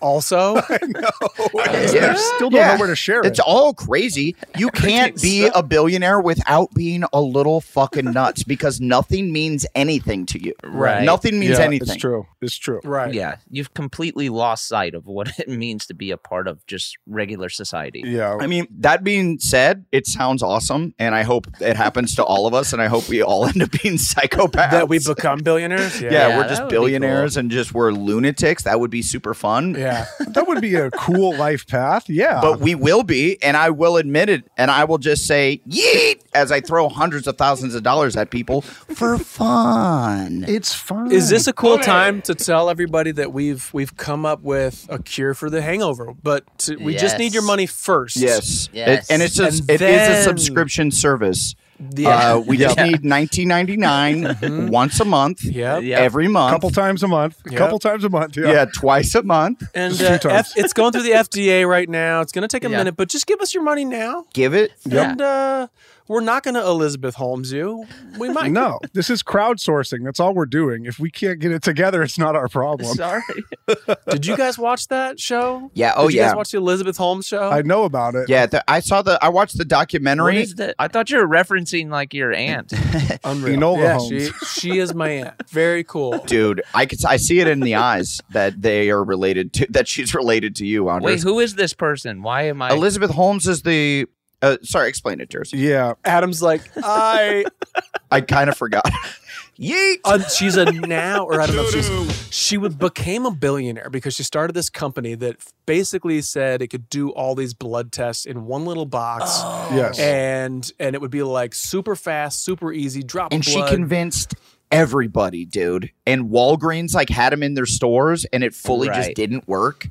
E: also.
F: I still don't know where to share it.
I: It's all crazy. You can't be a billionaire without being a little fucking nuts because nothing means anything to you.
H: Right.
I: Nothing means
F: Yeah,
I: anything.
F: It's true. It's true.
E: Right.
H: Yeah, you've completely lost sight of what it means to be a part of just regular society.
F: Yeah.
I: I mean, that being said, it sounds awesome, and I hope it happens to all of us, and I hope we all end up being psychopaths.
E: That we become billionaires. Yeah.
I: yeah,
H: Yeah,
I: we're
H: that
I: just
H: would be cool.
I: billionaires and just we're lunatics. That would be super fun.
E: Yeah.
F: that would be a cool life path. Yeah.
I: But we will be, and I will admit it, and I will just say yeet as I throw hundreds of thousands of dollars at people for fun.
F: it's fine.
E: Is this a cool time to tell everybody that we've we've come up with a cure for the hangover? But to, we just need your
H: Yes.
E: money first.
I: Yes.
H: Yes.
I: It- and it's just,
E: And
I: it is
E: then-
I: a subscription service.
E: Yeah. Mm-hmm.
I: Uh, we just need 19.99 once a month,
E: Yep.
H: Yep.
I: every month.
F: couple times a month?
E: Yeah.
F: Couple times a month. Yeah.
I: yeah, twice a month.
E: And
F: Two
E: uh,
F: times.
E: F- it's going through the FDA right now. It's going to take a
H: Yeah.
E: minute, but just give us your money now.
I: Give it
H: Yeah.
E: And uh, we're not going to Elizabeth Holmes you. We might.
F: No, this is crowdsourcing. That's all we're doing. If we can't get it together, it's not our problem.
H: Sorry.
E: Did you guys watch that show?
I: Yeah, oh
E: Did you
I: yeah.
E: guys watch the Elizabeth Holmes show?
F: I know about it.
I: Yeah, the, I saw the. I watched the
H: What
I: documentary.
H: is that? I thought you were referencing like your aunt.
E: Unreal.
F: Enola
E: yeah,
F: Holmes.
E: she she is my aunt. Very cool.
I: Dude, I could. I see it in the eyes that they are related to. That she's related to you, Anders.
H: Wait, who is this person? Why am I?
I: Elizabeth Holmes is the. Uh, sorry, explain it, Jersey.
F: Yeah.
E: Adam's like I.
I: I kind of forgot.
H: Yeet.
E: uh, she's a now or I don't know. If she's she would became a billionaire because she started this company that basically said it could do all these blood tests in one little box.
F: Yes.
E: And and it would be like super fast, super easy, drop
I: and she
E: blood.
I: convinced everybody, dude. And Walgreens like had them in their stores, and it fully just
H: Right.
I: didn't work.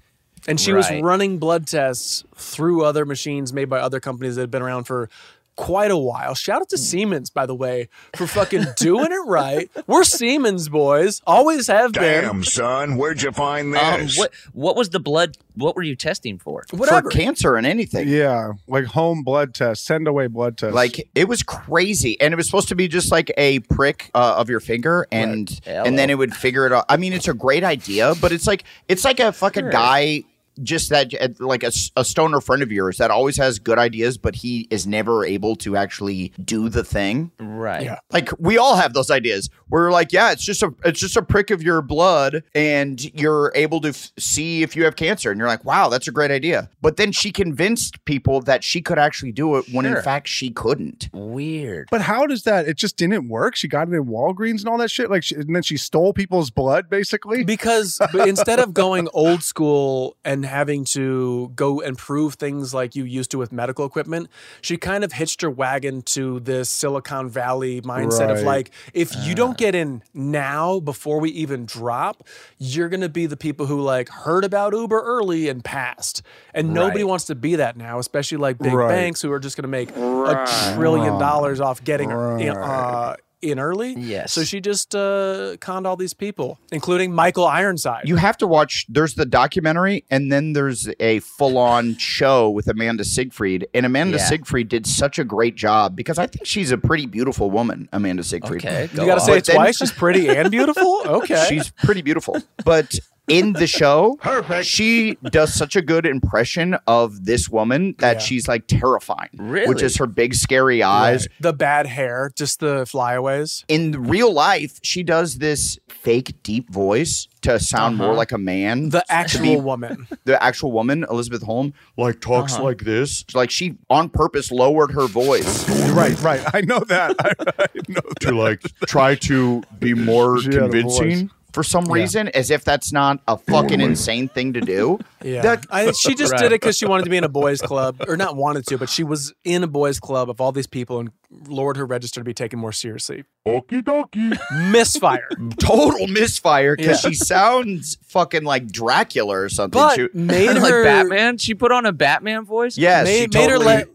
E: And she was
H: Right.
E: running blood tests through other machines made by other companies that had been around for quite a while. Shout out to Siemens, by the way, for fucking doing it right. We're Siemens boys, always have Um, been.
G: Damn, son, where'd you find this?
H: what what was the blood? What were you testing for?
I: For cancer and anything.
F: Yeah. Like home blood test, send away blood test.
I: Like it was crazy, and it was supposed to be just like a prick uh, of your finger, and and then it would figure it out. I mean, it's a great idea, but it's like it's like a fucking
H: Sure.
I: guy. Just that, uh, like a, s- a stoner friend of yours that always has good ideas, but he is never able to actually do the thing.
H: Right.
I: Like we all have those ideas. We're like, yeah, it's just a it's just a prick of your blood, and you're able to f- see if you have cancer. And you're like, wow, that's a great idea. But then she convinced people that she could actually do it when in
F: Sure.
I: fact she couldn't.
H: Weird.
F: But how does that? It just didn't work. She got it in Walgreens and all that shit. Like, she, and then she stole people's blood, basically.
E: Because but instead of going old school and having to go and prove things like you used to with medical equipment, she kind of hitched her wagon to this Silicon Valley mindset of
F: Right. Ah.
E: like, if you don't get in now before we even drop, you're gonna be the people who like heard about Uber early and passed. And nobody
F: Right.
E: wants to be that now, especially like big
F: Right.
E: banks who are just gonna make
F: Right.
E: a trillion dollars off getting in, uh,
F: Right.
E: in early.
I: Yes.
E: So she just uh, conned all these people, including Michael Ironside.
I: You have to watch. There's the documentary, and then there's a full on show with Amanda Siegfried. And Amanda
E: Yeah.
I: Siegfried did such a great job because I think she's a pretty beautiful woman, Amanda Siegfried.
E: Okay, You go gotta on. say it twice? She's pretty and beautiful? Okay.
I: She's pretty beautiful. But in the show, she does such a good impression of this woman that she's like terrifying. Which
E: Really?
I: is her big, scary eyes.
E: Right. The bad hair, just the flyaways.
I: In real life, she does this fake deep voice to sound more
E: Uh-huh.
I: like a man.
E: The
I: to be-
E: actual woman.
I: the actual woman, Elizabeth Holm, like talks
E: Uh-huh.
I: like this. Like she on purpose lowered her voice.
F: right, right. I know that. I,
I: to like try to be more
F: She had a
I: convincing
F: voice.
I: for some
F: Yeah.
I: reason, as if that's not a fucking insane thing to do.
E: Yeah.
I: That-
E: I, she just did it because she wanted to be in a boys' club, or not wanted to, but she was in a boys' club of all these people and lowered her register to be taken more seriously.
G: Okie dokie.
E: Misfire.
I: Total misfire because
E: Yeah.
I: she sounds fucking like Dracula or something.
E: But
I: she,
E: made
H: like
E: her-
H: Batman. She put on a Batman voice.
I: Yes,
E: made,
I: she
E: made her
I: totally-
E: let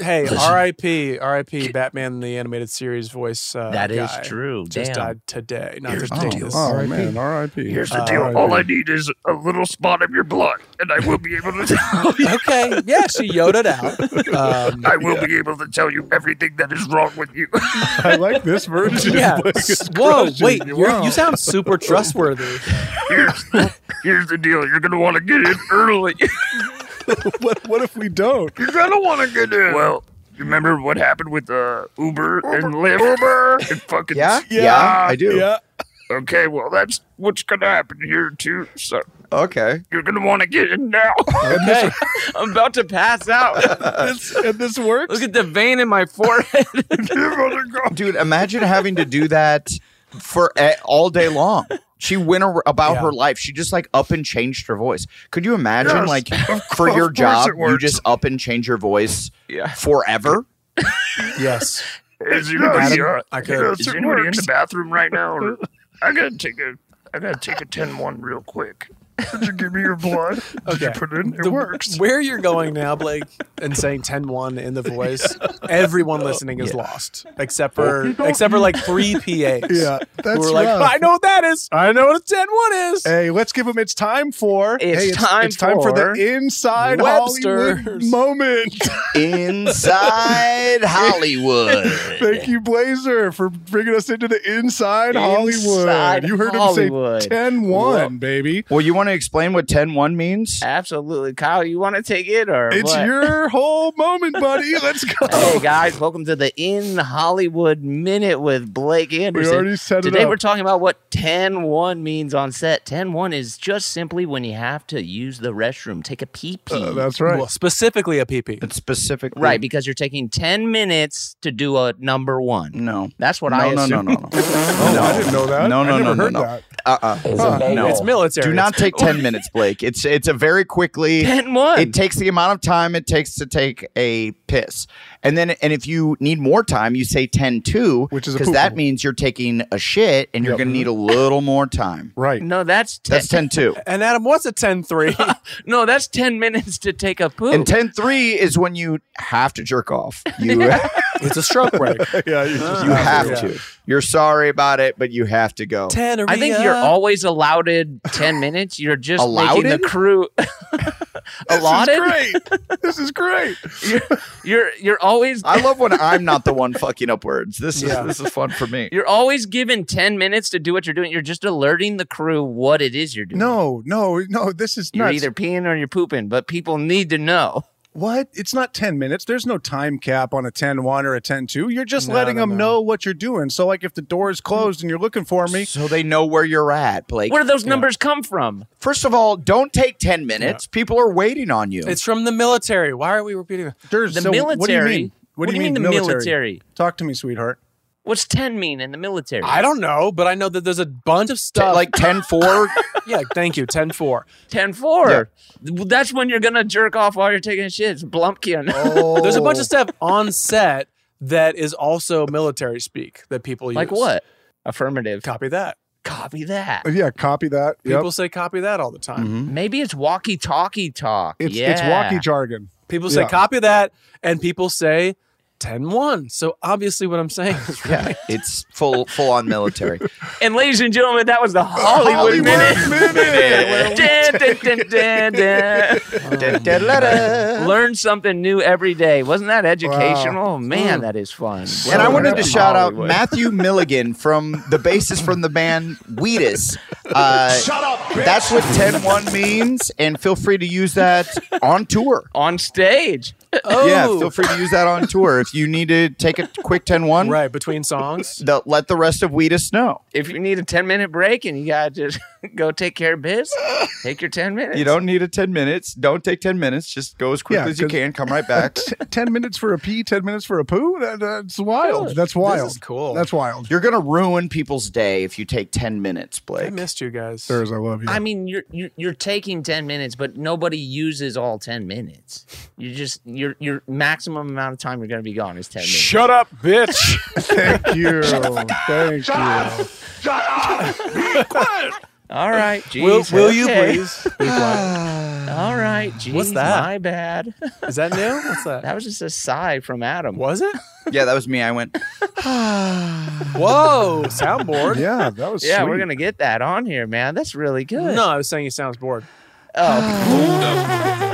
E: hey, R.I.P. R.I.P. Batman the animated series voice. Uh,
H: That is
E: guy
H: true.
E: Just
H: Damn.
E: died today. Not
H: Here's
E: to
H: the
E: date
H: deal.
E: this.
F: Oh, man, R.I.P.
G: Here's the
E: Uh,
G: deal.
E: right.
G: All I need is a little spot of your blood, and I will be able to tell you.
E: okay. Yeah, she yodered out. Um,
G: I will be able to tell you everything that is wrong with you.
F: I like this version.
E: yeah.
F: Like,
E: S-
F: it's
E: Whoa,
F: crushing.
E: wait. You're, you sound super trustworthy.
G: here's, here's the deal. You're gonna want to get in early.
F: what, what if we don't?
G: You're gonna want to get in. Well, you remember what happened with uh, Uber, and Lyft? Uber and fucking
I: Yeah, yeah, I do.
F: Yeah.
G: Okay, well that's what's gonna happen here too. So
I: Okay.
G: you're gonna want to get in now.
E: Okay.
H: I'm about to pass out.
F: this, and this works.
H: Look at the vein in my forehead.
I: dude imagine having to do that for a- all day long she went ar- about
E: Yeah.
I: her life she just like up and changed her voice could you imagine
G: Yes,
I: like
G: of
I: for
G: course
I: your
G: it
I: job you
G: works.
I: just up and change your voice
G: Yeah.
I: forever
E: Yes.
G: Is anybody,
E: Adam,
G: uh,
E: I could-
G: is
E: Yes, it
G: anybody in the
E: works.
G: bathroom right now? Or I gotta take a I gotta take a 10-1 real quick. Did you give me your blood? Did you
E: Okay.
G: put it in? It
E: The-
G: works.
E: Where you're going now, Blake, and saying 10-1 in the voice, everyone listening is lost except for
F: Okey-dokey.
E: except for like three PAs.
F: Yeah, that's
E: who are like,
F: rough.
E: I know what that is. I know what a 10-1 is.
F: Hey, let's give them it's time for.
H: It's
F: hey,
H: time
F: it's time for,
H: for
F: the inside
E: Webster's.
F: Hollywood moment.
I: inside hollywood
F: Thank you, Blazer, for bringing us into the
I: Inside
F: inside, Hollywood. You heard
H: Hollywood.
F: him say 10 1, baby.
I: well you want to explain what 10-1 means
H: Absolutely, Kyle. You want to take it or
F: It's
H: what?
F: your whole moment, buddy. Let's go.
H: Hey guys, welcome to the In Hollywood Minute with Blake Anderson.
F: already set it
H: Today
F: up.
H: we're talking about what 10-1 means on set. 10-1 is just simply when you have to use the restroom, take a pee pee.
F: Uh, that's right.
E: Well, specifically a PP.
I: it's specifically
H: right, because you're taking 10 minutes to do a number 1.
I: no
H: That's what
I: no,
H: I
I: no,
H: assume.
I: no no no
F: Oh, I didn't know that.
I: no no
F: I never
I: no no
F: heard
I: no
F: that.
I: uh-uh Huh. no
E: It's military.
I: do not take 10 minutes blake it's it's a very quickly
H: 10-1.
I: It takes the amount of time it takes to take a piss. And then, and if you need more time, you say 10 2,
F: which
I: is because that means you're taking a shit and you're going to need a little more time.
F: Right.
H: No, that's
I: That's 10 2.
E: And Adam, what's a 10 3?
H: no, that's 10 minutes to take a poop.
I: And 10 3 is when you have to jerk off. You,
E: it's a stroke break.
F: yeah, you,
I: you have to. You're sorry about it, but you have to go.
H: I think you're always allowed 10 minutes. You're just making the
I: Allowed?
H: crew allotted.
F: great. This is great.
H: You're, you're you're always
I: I love when I'm not the one fucking up words. This is
H: Yeah.
I: this is fun for me.
H: you're always given 10 minutes to do what you're doing. You're just alerting the crew what it is you're doing.
F: No, no, no. This is
H: You're
F: nuts.
H: either peeing or you're pooping, but people need to know.
F: What? It's not 10 minutes. There's no time cap on a 10 1 or a 10 2. You're just
H: No,
F: letting
H: no,
F: them know what you're doing. So, like, if the door is closed and you're looking for me,
I: so they know where you're at, Blake.
H: Where do those numbers come from?
I: First of all, don't take 10 minutes. People are waiting on you.
E: It's from the military. Why are we repeating it?
F: There's
H: The
F: so
H: military.
F: What do you mean? What, do you mean,
H: the military?
F: Talk to me, sweetheart.
H: What's 10 mean in the military?
E: I don't know, but I know that there's a bunch of stuff.
I: like 10 4?
E: yeah, thank you. 10 4.
H: 10 4. That's when you're going to jerk off while you're taking a shit. It's Blumpkin.
E: There's a
F: Oh.
E: bunch of stuff on set that is also military speak that people use.
H: Like what? Affirmative.
E: Copy that.
H: Copy that.
F: Uh, Yeah, copy that. Yep. Mm-hmm.
E: People say copy that all the time.
H: Maybe it's walkie talkie talk.
F: It's,
H: yeah.
F: it's walkie jargon.
E: People say
F: Yeah.
E: copy that, and people say 10 1. So obviously, what I'm saying is right.
I: Yeah, it's full full on military.
H: And ladies and gentlemen, that was the Hollywood, Minute. Dun, dun, dun, dun, dun. Learn something new every day. Wasn't that educational? Oh, Man, that is fun.
I: and I
H: Well
I: wanted
H: done,
I: to shout out
H: Hollywood.
I: Matthew Milligan from the bassist from the band Wheatus. Uh,
G: Shut up, bitch.
I: That's what 10 1 means, and feel free to use that on tour.
H: on stage.
E: Oh,
I: Yeah, feel free to use that on tour. If you need to take a quick 10 1,
E: right. Between songs.
I: the, let the rest of Wheatus know.
H: If you need a 10 minute break and you got to just go take care of biz, take your 10 minutes.
I: You don't need a 10 minutes. Don't take 10 minutes. Just go as quickly
F: Yeah,
I: as you
F: 'cause-
I: can. Come right back.
F: T- 10 minutes for a pee, 10 minutes for a poo? That, that's wild. That's wild.
E: is cool.
F: That's wild.
I: You're going to ruin people's day if you take 10 minutes,
E: I
I: Blake.
E: missed you guys.
F: Sirs, I love you.
H: I mean, you're, you're you're taking ten minutes, but nobody uses all ten minutes. You just your your maximum amount of time you're going to be gone is ten minutes.
E: Shut up, bitch.
F: Thank you. Thank you.
G: Shut up. Be quiet.
H: All right, geez,
E: will will you
H: okay.
E: please? Be quiet.
H: All right, geez,
E: What's that?
H: My bad.
E: Is that new? What's that?
H: That was just a sigh from Adam.
E: Was it?
I: Yeah, that was me. I went,
E: Whoa, soundboard.
F: Yeah, that was
H: Yeah, we're
F: sweet.
H: gonna get that on here, man. That's really good.
E: No, I was saying it sounds bored.
H: Oh,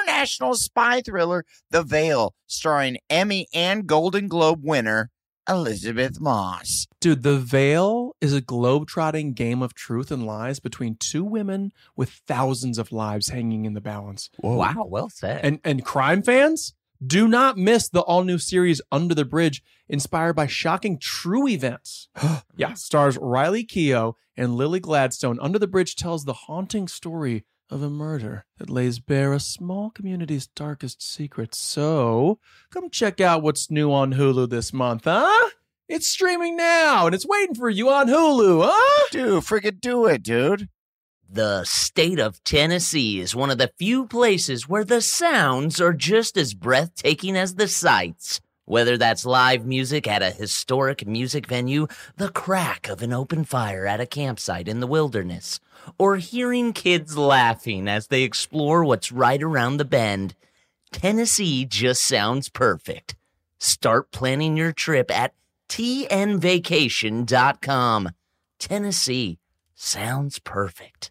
D: international spy thriller the Veil, starring Emmy and Golden Globe winner Elizabeth Moss.
E: Dude, The Veil is a globe-trotting game of truth and lies between two women with thousands of lives hanging in the balance.
H: wow, well said.
E: And and crime fans, do not miss the all-new series Under the Bridge, inspired by shocking true events. yeah, stars Riley Keough and Lily Gladstone. Under the Bridge tells the haunting story of a murder that lays bare a small community's darkest secrets. So, come check out what's new on Hulu this month, huh? It's streaming now and it's waiting for you on Hulu, huh?
D: Dude, freaking do it, dude.
A: The state of Tennessee is one of the few places where the sounds are just as breathtaking as the sights. Whether that's live music at a historic music venue, the crack of an open fire at a campsite in the wilderness, or hearing kids laughing as they explore what's right around the bend, Tennessee just sounds perfect. Start planning your trip at tnvacation.com. Tennessee sounds perfect.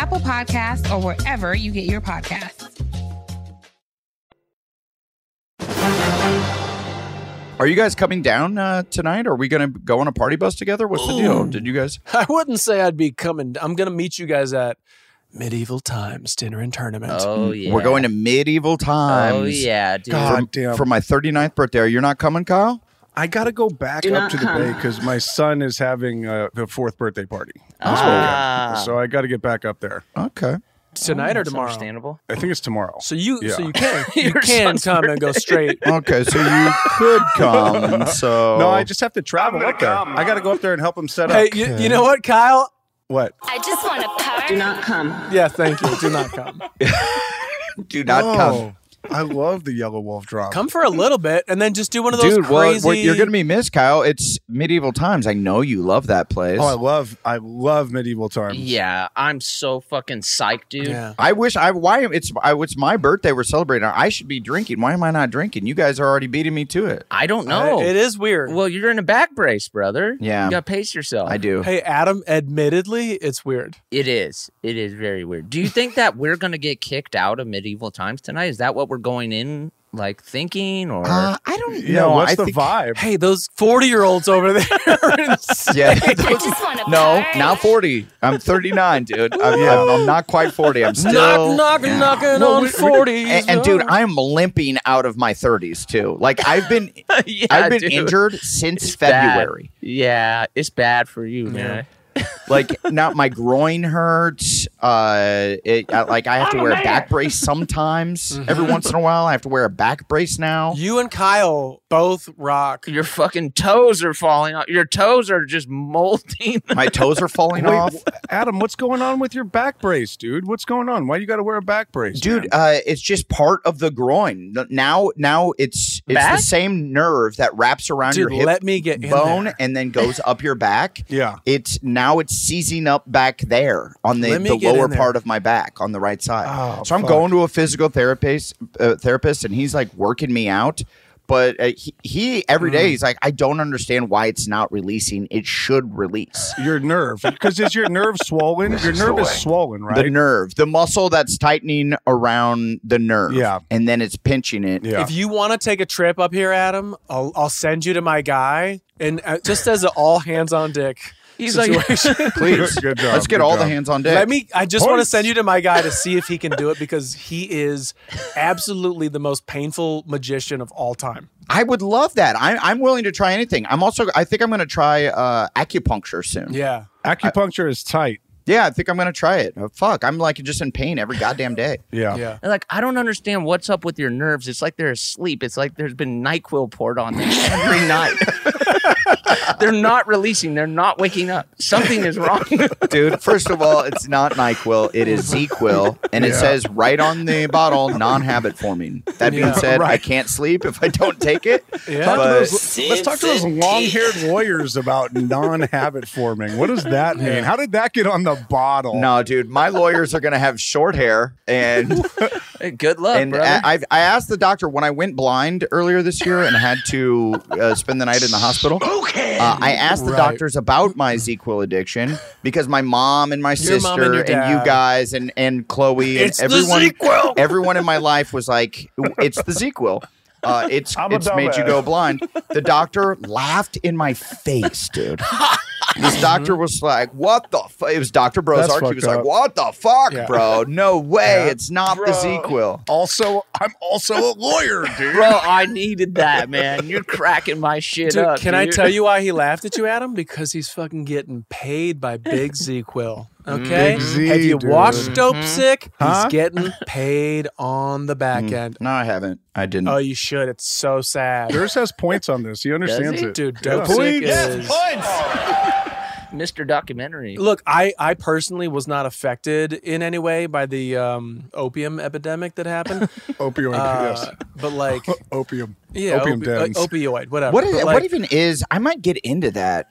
N: Apple Podcasts, or wherever you get your podcasts.
I: Are you guys coming down uh, tonight? Are we going to go on a party bus together? What's the deal? Did you guys?
E: I wouldn't say I'd be coming. I'm going to meet you guys at Medieval Times Dinner and Tournament.
I: Mm, We're going to medieval times.
E: Oh, yeah, dude.
I: God
E: God
I: damn. For my 39th birthday. Are you not coming, Kyle?
F: I got to go back
I: Do
F: up
I: not
F: to the
I: come.
F: bay because my son is having uh, the fourth birthday party. this
E: Ah.
F: weekend. So I got to get back up there.
I: Okay. Oh,
E: Tonight or tomorrow?
F: I think it's tomorrow.
E: So you, so
F: Yeah.
E: you can, you can come and go straight.
I: Okay, so you could come. So
F: No, I just have to travel up there. I got to go up there and help him set
E: Hey,
F: up.
E: you, you know what, Kyle?
F: What?
R: I just want to party. Do not come.
E: Yeah, thank you. Do not come.
I: Do not
F: come. I love the Yellow Wolf drop.
E: Come for a little bit, and then just do one of those
I: Dude,
E: crazy.
I: well, you're going to be missed, Kyle. It's medieval times. I know you love that place.
F: Oh, I love, I love medieval times.
A: Yeah, I'm so fucking psyched, dude.
I: I wish I why am it's I it's my birthday we're celebrating. I should be drinking. Why am I not drinking? You guys are already beating me to it.
A: I don't know.
E: it is weird.
A: Well, you're in a back brace, brother.
I: Yeah.
A: You got to pace yourself.
I: I do.
E: Hey, Adam. Admittedly, it's weird.
A: It is. It is very weird. Do you think that we're going to get kicked out of medieval times tonight? Is that what we're going in like thinking or
I: I don't
F: Yeah, know. what's Uh, I the think- vibe?
E: Hey, those forty-year-olds over there. are insane.
I: Yeah. I
R: just want to
I: No, now 40. I'm 39, dude. I'm, I'm, I'm not quite 40. I'm still
E: knock, knocking
I: Well,
E: on
I: we- we-
E: forty.
I: And, and dude, I'm limping out of my 30s too. Like I've been
A: Yeah,
I: I've been
A: dude.
I: injured since
A: It's bad.
I: February.
A: Yeah, it's bad for you, man.
I: like now my groin hurts. Uh, it, I, like I have to
E: I'm a
I: wear a
E: man.
I: back brace sometimes. Every once in a while, I have to wear a back brace now.
E: You and Kyle Oh, both rock.
A: Your fucking toes are falling off. Your toes are just molting.
I: My toes are falling
F: Wait,
I: off.
F: Adam, what's going on with your back brace, dude? What's going on? Why you got to wear a back brace,
I: Dude, uh, it's just part of the groin. N- Now, now it's it's
F: Back?
I: the same nerve that wraps around your
E: Dude,
I: hip
E: let me get in
I: bone
E: there.
I: and then goes up your back.
F: Yeah,
I: it's now it's seizing up back there on the,
E: Let me
I: the
E: get in
I: lower
E: there.
I: part of my back on the right side.
E: Oh,
I: so I'm
E: fuck.
I: going to a physical therapist, uh, therapist, and he's like working me out. But uh, he, he every day
F: Mm.
I: he's like, I don't understand why it's not releasing. It should release.
F: Your nerve, because is your nerve swollen? Your nerve is swollen, right?
I: The nerve, the muscle that's tightening around the nerve. Yeah. And then it's pinching it.
E: If you want to take a trip up here, Adam, I'll, I'll send you to my guy, and uh, just as an all hands on dick.
A: He's like-
E: situation.
I: Please.
F: Good job,
I: Let's get
F: good
I: all the
F: job.
I: hands on deck.
E: Let me. I just want to
I: Points.
E: send you to my guy to see if he can do it because he is absolutely the most painful magician of all time.
I: I would love that. I, I'm willing to try anything. I'm also, I think I'm going to try uh, acupuncture soon.
E: Yeah.
F: Acupuncture is tight.
I: Yeah, I think I'm gonna try it. Oh, fuck, I'm like just in pain every goddamn day.
F: Yeah.
E: Yeah.
H: And, like I don't understand what's up with your nerves. It's like they're asleep. It's like there's been Nyquil poured on them every night. they're not releasing. They're not waking up. Something is wrong.
I: Dude, first of all, it's not NyQuil, it is ZQuil, and it
H: Yeah.
I: says right on the bottle, non-habit forming. That being
E: Yeah,
I: said, I
E: right.
I: can't sleep if I don't take it.
F: Talk to
I: but-
F: those- let's talk to those long-haired lawyers about non-habit forming. What does that mean? How did that get on the bottle?
I: No, dude, my lawyers are gonna have short hair and
H: good luck,
I: and
H: brother.
I: I, I've- I asked the doctor when I went blind earlier this year and had to uh, spend the night in the hospital. Okay. Uh, I asked the
E: Right.
I: doctors about my ZQL addiction because my mom and my
E: Your
I: sister
E: mom and
I: and,
E: your
I: you
E: dad.
I: guys and and Chloe
E: It's the
I: and everyone
E: ZQL.
I: everyone in my life was like, it's the ZQL. Uh, it's
G: I'm a
I: it's made you
G: dumbass.
I: go blind. The doctor laughed in my face, dude. This doctor was like, "What the?" F-? It was Doctor Brozark. He
F: Mm-hmm. fucked
I: was like,
F: up.
I: "What the fuck,
F: Yeah.
I: bro? No way!
F: Yeah.
I: It's not the
F: Bro.
I: ZQL."
F: Also, I'm also a lawyer, dude.
H: Bro, I needed that, man. You're cracking my shit
E: Dude,
H: up.
E: can I
H: dude.
E: tell you why he laughed at you, Adam? Because he's fucking getting paid by Big ZQL.
I: Mm.
E: Okay,
F: Big Z,
E: have you
F: dude.
E: watched Dope
I: Mm-hmm.
E: Sick?
F: Huh?
E: He's getting paid on the back end.
I: Hmm. No, I haven't. I didn't.
E: Oh, you should. It's so sad.
F: Yours has points on this. He understands
E: he?
F: it.
E: Dude,
F: Yeah.
E: dope sick
F: Yes,
E: is-
H: Mr. Documentary?
E: Look, I I personally was not affected in any way by the um, opium epidemic that happened.
F: Opioid,
E: Uh, But like,
F: yes. Opium.
E: yeah,
F: Opium
E: opi-
F: dens.
E: like opioid, whatever.
I: What
E: But,
I: is?
E: like,
I: what even is? I might get into that.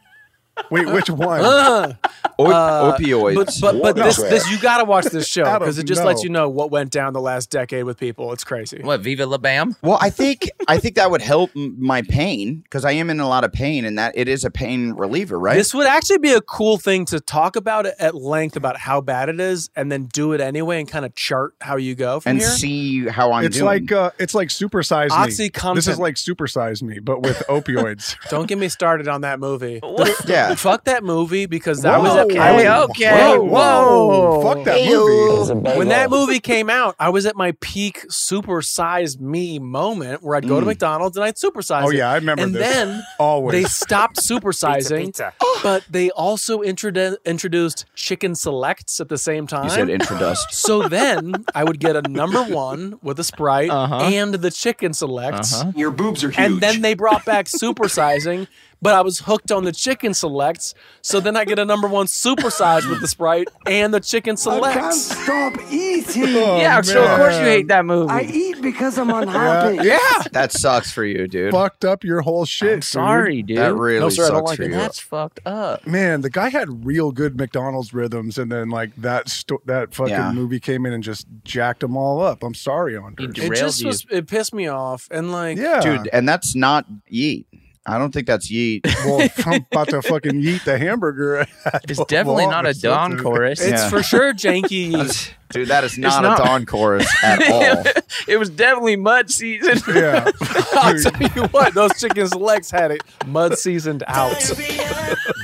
F: Wait, which one?
E: uh,
I: O-
E: Uh,
I: opioids.
E: But but, but
I: What
E: this
I: is
E: this
I: that?
E: you gotta watch this show
F: Adam,
E: because it just lets
F: no.
E: you know what went down the last decade with people. It's crazy.
H: What, Viva La Bam?
I: Well, I think I think that would help m- my pain because I am in a lot of pain, and that it is a pain reliever, right?
E: This would actually be a cool thing to talk about at length about how bad it is, and then do it anyway, and kind of chart how you go from
I: and
E: here.
I: see how Oh, I'm
F: it's
I: doing.
F: like uh, it's like supersize me.
E: Oxycontin.
F: This is like supersize me, but with opioids.
E: Don't get me started on that movie.
I: yeah.
E: Fuck that movie because that was
F: Whoa.
E: at, I was-
H: Okay, okay. Whoa.
F: Fuck that movie.
E: when that movie came out, I was at my peak supersize me moment where I'd go to
I: Mm.
E: McDonald's and I'd supersize.
F: Oh
E: it.
F: yeah, I remember
E: and
F: this.
E: then they
F: Always.
E: stopped supersizing,
H: Oh.
E: but they also introdu- introduced chicken selects at the same time.
I: you said introdust.
E: so then I would get a number one with a sprite
H: Uh-huh.
E: and the chicken selects.
Q: Your boobs are huge.
E: And then they brought back supersizing, but I was hooked on the chicken selects. So then I get a number one supersize with the sprite and the chicken selects.
Q: stop
E: E
Q: eating.
F: Oh,
H: yeah, so of course you
F: man.
H: hate that movie.
Q: eat because I'm unhappy.
F: Yeah.
I: that sucks for you, dude.
F: Fucked up your whole shit. dude.
H: Sorry, dude.
I: That really
E: No, sir, I
I: sucks
E: don't like
I: for
E: it.
I: you.
H: That's fucked up.
F: Man, the guy had real good McDonald's rhythms, and then like that sto- that fucking
I: Yeah.
F: movie came in and just jacked them all up. I'm sorry, Andre.
H: He
E: It
H: derailed
E: just
H: you.
E: was, it pissed me off. And like,
F: Yeah,
I: dude, and that's not yeet. I don't think that's yeet.
F: Well, I'm about to fucking eat the hamburger.
H: It's definitely not a Don chorus.
E: it's
I: Yeah.
E: for sure janky.
I: That's- dude, that is not,
H: not-
I: a Don chorus at all.
H: it was definitely mud season.
F: Yeah,
E: I'll tell you what, those chicken selects had it mud seasoned out.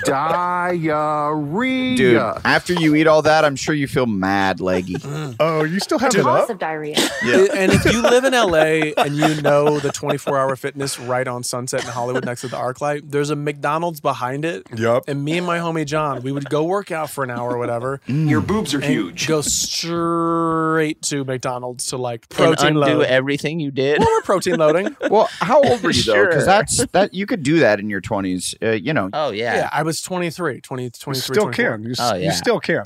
Q: Diarrhea.
I: Dude, after you eat all that, I'm sure you feel mad leggy.
E: Uh-huh.
F: oh, you still have it
R: Lots
F: up?
R: of diarrhea.
I: Yeah.
E: And if you live in LA and you know the 24 hour fitness right on Sunset in Hollywood next to the Arc Light, there's a McDonald's behind it.
F: Yup.
E: And me and my homie John, we would go work out for an hour or whatever.
Q: Your boobs are
E: and
Q: huge.
E: Go straight to McDonald's to like
H: And
E: protein
H: undo
E: load.
H: everything you did.
E: Well, we're protein loading.
I: Well, how old were you though?
H: Sure.
I: Because that's that you could do that in your 20s. Uh, you know,
H: Oh yeah.
E: Yeah, I was 23, 20, 23,
F: You still
E: 24.
F: can. You, s-
H: Oh,
F: you
H: yeah.
F: still can.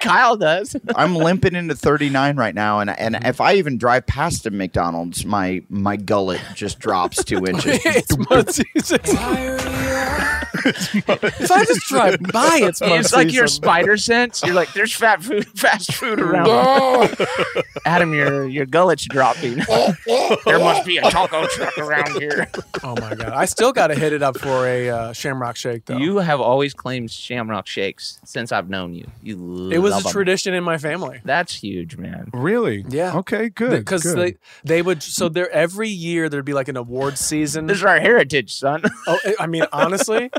H: Kyle does.
I: I'm limping into 39 right now, and and
E: Mm-hmm.
I: if I even drive past a McDonald's, my my gullet just drops two inches.
E: it's mud season. if I just drive by, it's mud
H: It's like your
E: season.
H: spider sense. You're like, there's fat food, fast food around. Adam, your your gullet's dropping. there must be a taco truck around here.
E: Oh my god! I still got to hit it up for a uh, Shamrock Shake though.
H: You have always claimed Shamrock Shakes since I've known you. You
E: it was
H: love
E: a
H: 'em.
E: tradition in my family.
H: That's huge, man.
F: Really?
E: Yeah.
F: Okay. Good.
E: Because
F: good.
E: they they would so there every year there'd be like an award season.
H: This is our heritage, son.
E: Oh, I- I mean, honestly,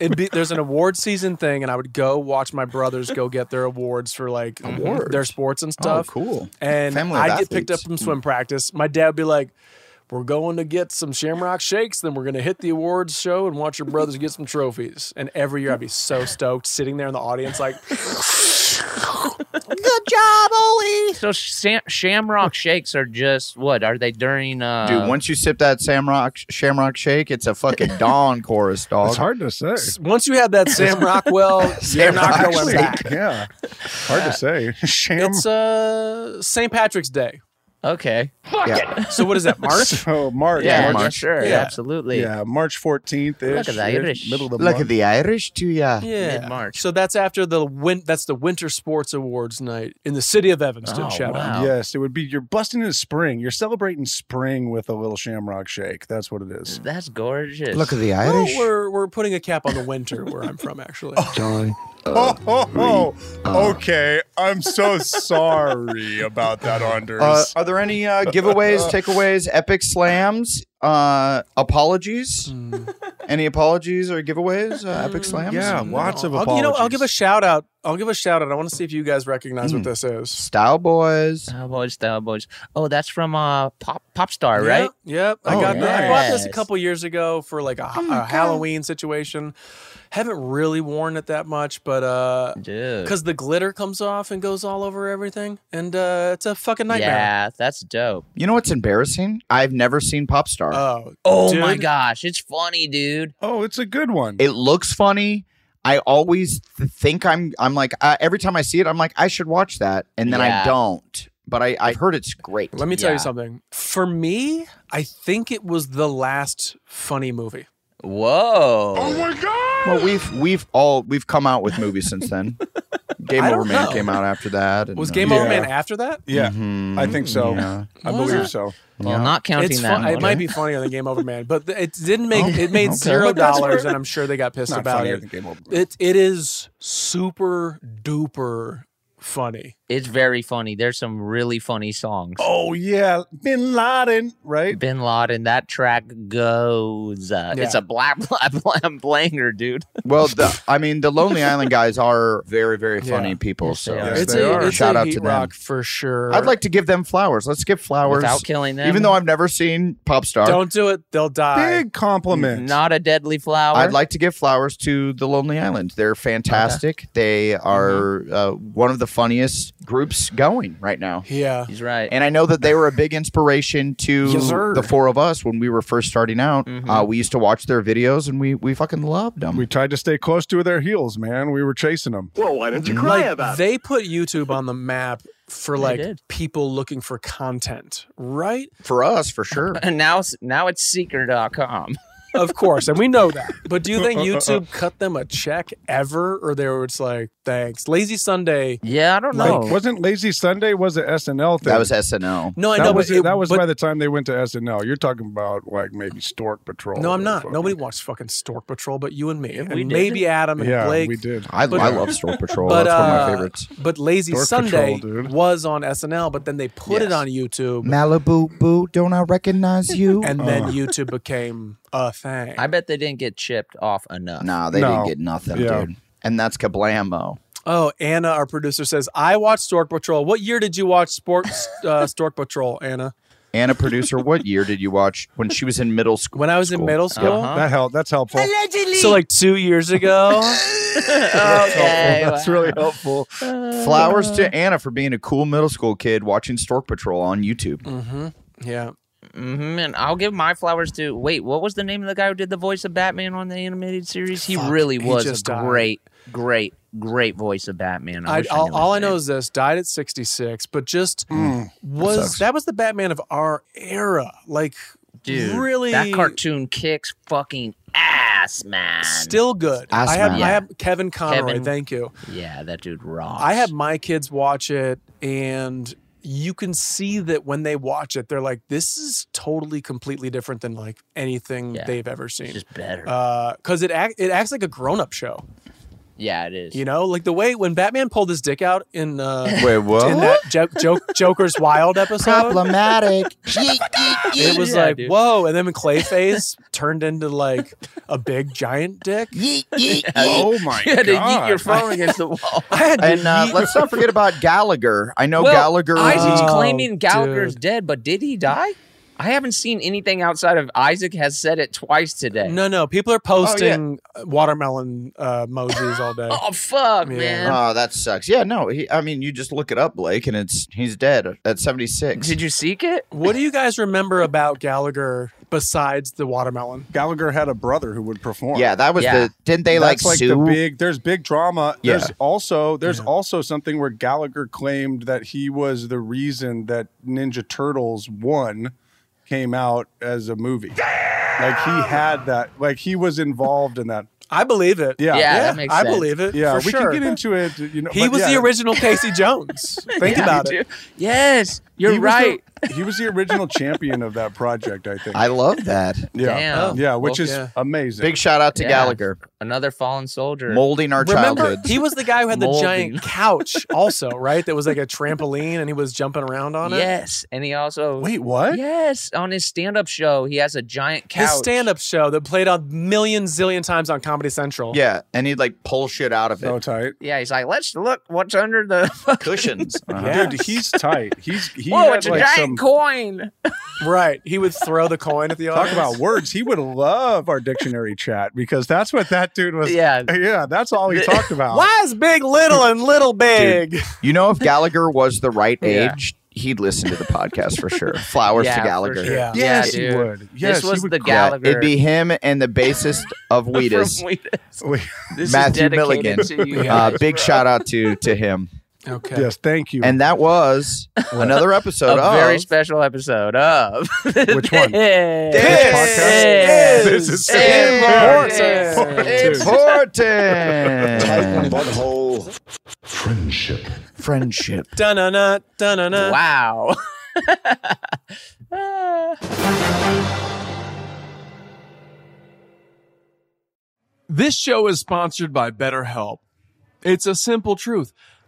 E: it'd be, there's an award season thing, and I would go watch my brothers go get their awards for like
I: Awards?
E: their sports and
I: oh,
E: stuff.
I: cool.
E: And
I: Family of
E: I'd get picked up
I: athletes.
E: from swim practice. My dad would be like, "We're going to get some Shamrock Shakes, then we're going to hit the awards show and watch your brothers get some trophies." And every year, I'd be so stoked, sitting there in the audience, like,
H: Good job, Oli. So Sam- Shamrock shakes are just what are they during? Uh,
I: Dude, once you sip that Samrock Shamrock Shake, it's a fucking dawn chorus, dog.
F: It's hard to say.
E: Once you have that Sam Rockwell, you're not going
F: Actually,
E: back.
F: Yeah. Hard to say. Sham.
E: It's uh St. Patrick's Day.
H: Okay.
F: Fuck Yeah.
E: So what is that, March?
F: So March.
E: Yeah,
F: March.
E: March. sure, absolutely.
F: Yeah, March 14th ish.
E: Look at the Irish.
F: Middle of the
I: Look
F: month.
I: at the Irish too, yeah.
E: Yeah. March. So that's after the win that's the Winter Sports Awards night in the city of Evanston. shout out.
F: Yes, it would be you're busting into spring. You're celebrating spring with a little shamrock shake. That's what it is.
H: That's gorgeous.
F: Look at the
E: Well,
F: Irish.
E: we're we're putting a cap on the winter where I'm from, actually.
F: Oh, oh, oh.
I: Uh,
F: okay. I'm so sorry about that, Anders.
I: Uh, are there any uh, giveaways, takeaways, epic slams, uh, apologies? Any apologies or giveaways? Uh, epic slams?
F: Mm, Yeah, lots of
E: I'll, Oh, you know, I'll give a shout out. I'll give a shout out. I want to see if you guys recognize what this is.
I: Style Boys.
H: Hmm. Style Boys, Style Boys. Oh, that's from uh pop pop star,
E: Yep,
H: right?
E: Yep. I
H: Oh,
E: got that. I bought this a
H: yes.
E: couple years ago for like
F: Oh
E: a, a Halloween situation. Haven't really worn it that much, but uh because the glitter comes off and goes all over everything, and uh it's a fucking nightmare.
H: that's dope.
I: You know what's embarrassing? I've never seen Popstar.
E: Oh,
H: Oh my gosh, it's funny, dude.
F: Oh, it's a good one.
I: It looks funny. I always th- think I'm. I'm like uh, every time I see it, I'm like I should watch that, and then
E: Yeah.
I: I don't. But I, I've heard it's great.
E: Let me tell you something. For me, I think it was the last funny movie.
H: Whoa!
E: Oh my god!
I: Well, we've we've all we've come out with movies since then. Game
E: I don't
I: Over Man
E: know.
I: came out after that. and,
E: Was
I: uh, Mm-hmm.
E: Game Over Man after that? Mm.
F: Yeah, I think so.
I: Yeah.
F: I
E: Was
F: believe
E: it?
F: so.
H: Well, not counting
E: It's
H: that.
E: fun-
H: one.
E: it might be funnier than Game Over Man, but th- it didn't make it made
H: okay.
E: zero
H: But that's
E: dollars,
H: where-
E: and I'm sure they got pissed
H: Not
E: about
H: funnier
E: it.
H: than Game Over
E: It it is super duper funny.
H: It's very funny. There's some really funny songs.
F: Oh yeah, Bin Laden, right?
H: Bin Laden. That track goes. Uh, It's
I: Yeah.
H: a black black blam blanger, dude.
I: Well, the, I mean, the Lonely Island guys are very very funny
H: Yeah.
I: people. So
H: they
E: it's a, it's
I: shout
E: a
I: out
E: heat
I: to them.
E: rock for sure.
I: I'd like to give them flowers. Let's give flowers
H: Without killing them?
I: Even though I've never seen Popstar.
E: Don't do it; they'll die.
F: Big compliment.
H: Not a deadly flower.
I: I'd like to give flowers to the Lonely Island. They're fantastic. They are
H: Mm-hmm.
I: uh, one of the funniest groups going right now.
E: Yeah,
H: he's right.
I: And I know that they were a big inspiration to
E: Yes, sir. Mm-hmm.
I: the four of us when we were first starting out. Uh, we used to watch their videos and we we fucking loved them.
F: We tried to stay close to their heels, man. We were chasing them.
S: Well, why don't you cry
E: Like,
S: about it?
E: they put YouTube on the map for
H: They
E: like
H: did.
E: people looking for content, right?
I: For us, for sure.
H: And now s- now it's seeker.com.
E: Of course, and we know that. But do you think YouTube cut them a check ever, or they were just like, "Thanks, Lazy Sunday"?
H: Yeah, I don't
F: Like, wasn't Lazy Sunday was an SNL thing?
I: That was SNL.
E: No, I
F: that
E: know,
F: was
E: but
F: it-
E: it-
F: that was
E: but-
F: by the time they went to SNL. You're talking about like maybe Stork Patrol.
E: No, I'm
F: or
E: not.
F: fucking-
E: Nobody watched fucking Stork Patrol, but you and me, and
H: we did.
E: maybe Adam and
F: Yeah,
E: Blake.
F: we did.
I: I,
E: But- uh,
I: I love Storm Patrol.
E: But,
I: That's one of
E: uh,
I: my favorites.
E: But Lazy
I: Stork
E: Sunday
I: Patrol, dude.
E: was on SNL, but then they put it on YouTube,
I: Malibu Boo, don't I recognize you?
E: and then
F: Uh,
E: YouTube became a thing.
H: I bet they didn't get chipped off enough.
I: Nah, they
E: No.
I: didn't get nothing,
E: Yeah.
I: dude. And that's Kablammo.
E: Oh, Anna, our producer says, "I watched Stork Patrol. What year did you watch Sports uh, Stork Patrol, Anna?"
I: Anna, producer, what year did you watch when she was in middle school? Uh-huh.
E: When I was in middle school,
F: That helped. That's helpful.
E: So like two years ago.
H: okay, Uh.
F: That's really helpful.
I: Flowers to Anna for being a cool middle school kid watching Stork Patrol on YouTube.
E: hmm Yeah.
H: hmm And I'll give my flowers to. Wait, what was the name of the guy who did the voice of Batman on the animated series? He
E: Fuck,
H: really
E: he
H: was
E: just
H: a
E: died.
H: great, great, great voice of Batman. I
E: I,
H: wish I
E: all,
H: knew
E: all
H: his
E: I know
H: name.
E: is this: died at 66, but just was
H: sucks.
E: that was the Batman of our era? Like,
H: Dude,
E: really,
H: that cartoon kicks fucking ass, man.
E: still good.
H: Ass
E: I have,
H: man.
E: I have Kevin Conroy.
H: Kevin-
E: Thank you.
H: Yeah, that dude rocks.
E: I had my kids watch it, and you can see that when they watch it, they're like, "This is totally, completely different than like anything they've ever seen."
H: just better.
E: because it act, it acts like a grown up show.
H: yeah, it is.
E: You know, like the way when Batman pulled his dick out in uh,
I: Wait, what?
E: in that jo- joke Joker's Wild episode.
I: Problematic.
E: It was
H: Yeah,
E: like
H: dude.
E: whoa, and then when Clayface turned into like a big giant dick.
F: oh my
H: You had to yeet
F: God.
H: your phone against the wall.
I: and uh, let's not forget about Gallagher. I know
H: Well,
I: Gallagher. uh,
E: uh,
H: Isaac's
I: was-
H: claiming Gallagher's dead, but did he die? I haven't seen anything outside of Isaac has said it twice today.
E: No, no. People are
F: Oh,
E: posting watermelon uh, emojis all day.
H: Oh fuck,
E: Yeah.
H: man.
I: Oh, that sucks. Yeah, no. He, I mean, you just look it up, Blake, and it's he's dead at seventy six.
H: Did you seek it?
E: What do you guys remember about Gallagher besides the watermelon?
F: Gallagher had a brother who would perform.
I: Yeah, that was the. Didn't they
F: That's
I: like
F: like
I: sue?
F: the big? There's big drama.
I: Yeah.
F: There's also there's also something where Gallagher claimed that he was the reason that Ninja Turtles one came out as a movie. Like he had that. Like he was involved in that.
E: I believe it.
F: Yeah,
E: Yeah, that makes
F: I
E: sense.
F: believe it.
E: For
F: Yeah, we
E: sure.
F: can get into it. You know,
E: He
F: but
E: was
F: yeah.
E: the original Casey Jones. Think
F: Yeah.
E: about it.
H: Yes, you're
F: He was the-
H: right.
F: he was the original champion of that project. I think.
I: I love that.
F: Yeah,
H: Damn.
F: yeah, which
H: Oh, Well,
F: is
H: yeah.
F: amazing.
I: Big shout out to
H: Yeah.
I: Gallagher.
H: Another fallen soldier.
I: Molding our
E: Remember,
I: childhoods.
E: he was the guy who had the
H: Molding.
E: giant couch, also, right? That was like a trampoline, and he was jumping around on it.
H: Yes, and he also
F: Wait, what?
H: Yes, on his stand-up show, he has a giant couch.
E: His stand-up show that played a million zillion times on Comedy Central.
I: Yeah, and he'd like pull shit out of it.
F: So tight.
H: yeah, he's like, let's look what's under the fucking-
I: Cushions. Uh-huh.
E: Yeah.
F: Dude, he's tight. He's he
H: Whoa,
F: had
H: it's a
F: like
H: giant
F: some
H: coin.
E: Right. He would throw the coin at the
F: Talk
E: audience.
F: about words. He would love our dictionary chat because that's what that dude was.
H: Yeah.
F: Yeah. That's all he talked about.
E: Why is big little and little big?
I: You know, if Gallagher was the right
H: Yeah.
I: age, he'd listen to the podcast for sure. Flowers
H: Yeah,
I: to
H: for
I: Gallagher.
H: sure. Yeah.
F: Yes,
H: Yeah,
F: he
H: dude.
F: would. Yes,
H: this
F: he
H: was
F: would
H: the
F: crack.
I: Yeah,
H: Gallagher.
I: it'd be him and the bassist of Wheatus,
H: from Wheatus.
F: We-
H: This is
I: Matthew
H: dedicated
I: Milligan.
H: To you guys,
I: Uh, big
H: bro.
I: shout out to to him.
E: Okay.
F: yes. Thank you.
I: And that was another
H: A
I: episode of
H: very special episode of
F: Which one?
H: This
F: This
H: is
F: is
H: important.
I: Important
Q: Butthole. Friendship.
I: Friendship.
E: Dun-na-na, dun-na-na.
H: Wow. Ah.
E: This show is sponsored by BetterHelp. It's a simple truth.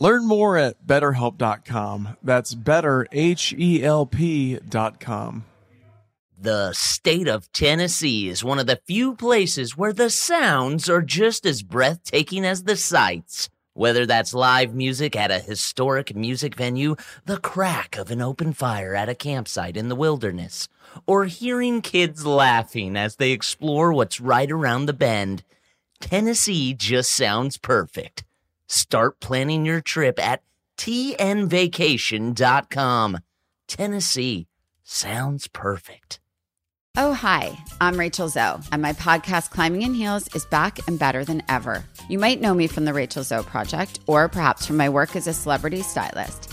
E: Learn more at betterhelp.com. That's better, H E L P.com.
A: The state of Tennessee is one of the few places where the sounds are just as breathtaking as the sights. Whether that's live music at a historic music venue, the crack of an open fire at a campsite in the wilderness, or hearing kids laughing as they explore what's right around the bend, Tennessee just sounds perfect. Start planning your trip at tnvacation.com. Tennessee sounds perfect.
T: Oh, hi, I'm Rachel Zoe, and my podcast, Climbing in Heels, is back and better than ever. You might know me from the Rachel Zoe Project, or perhaps from my work as a celebrity stylist.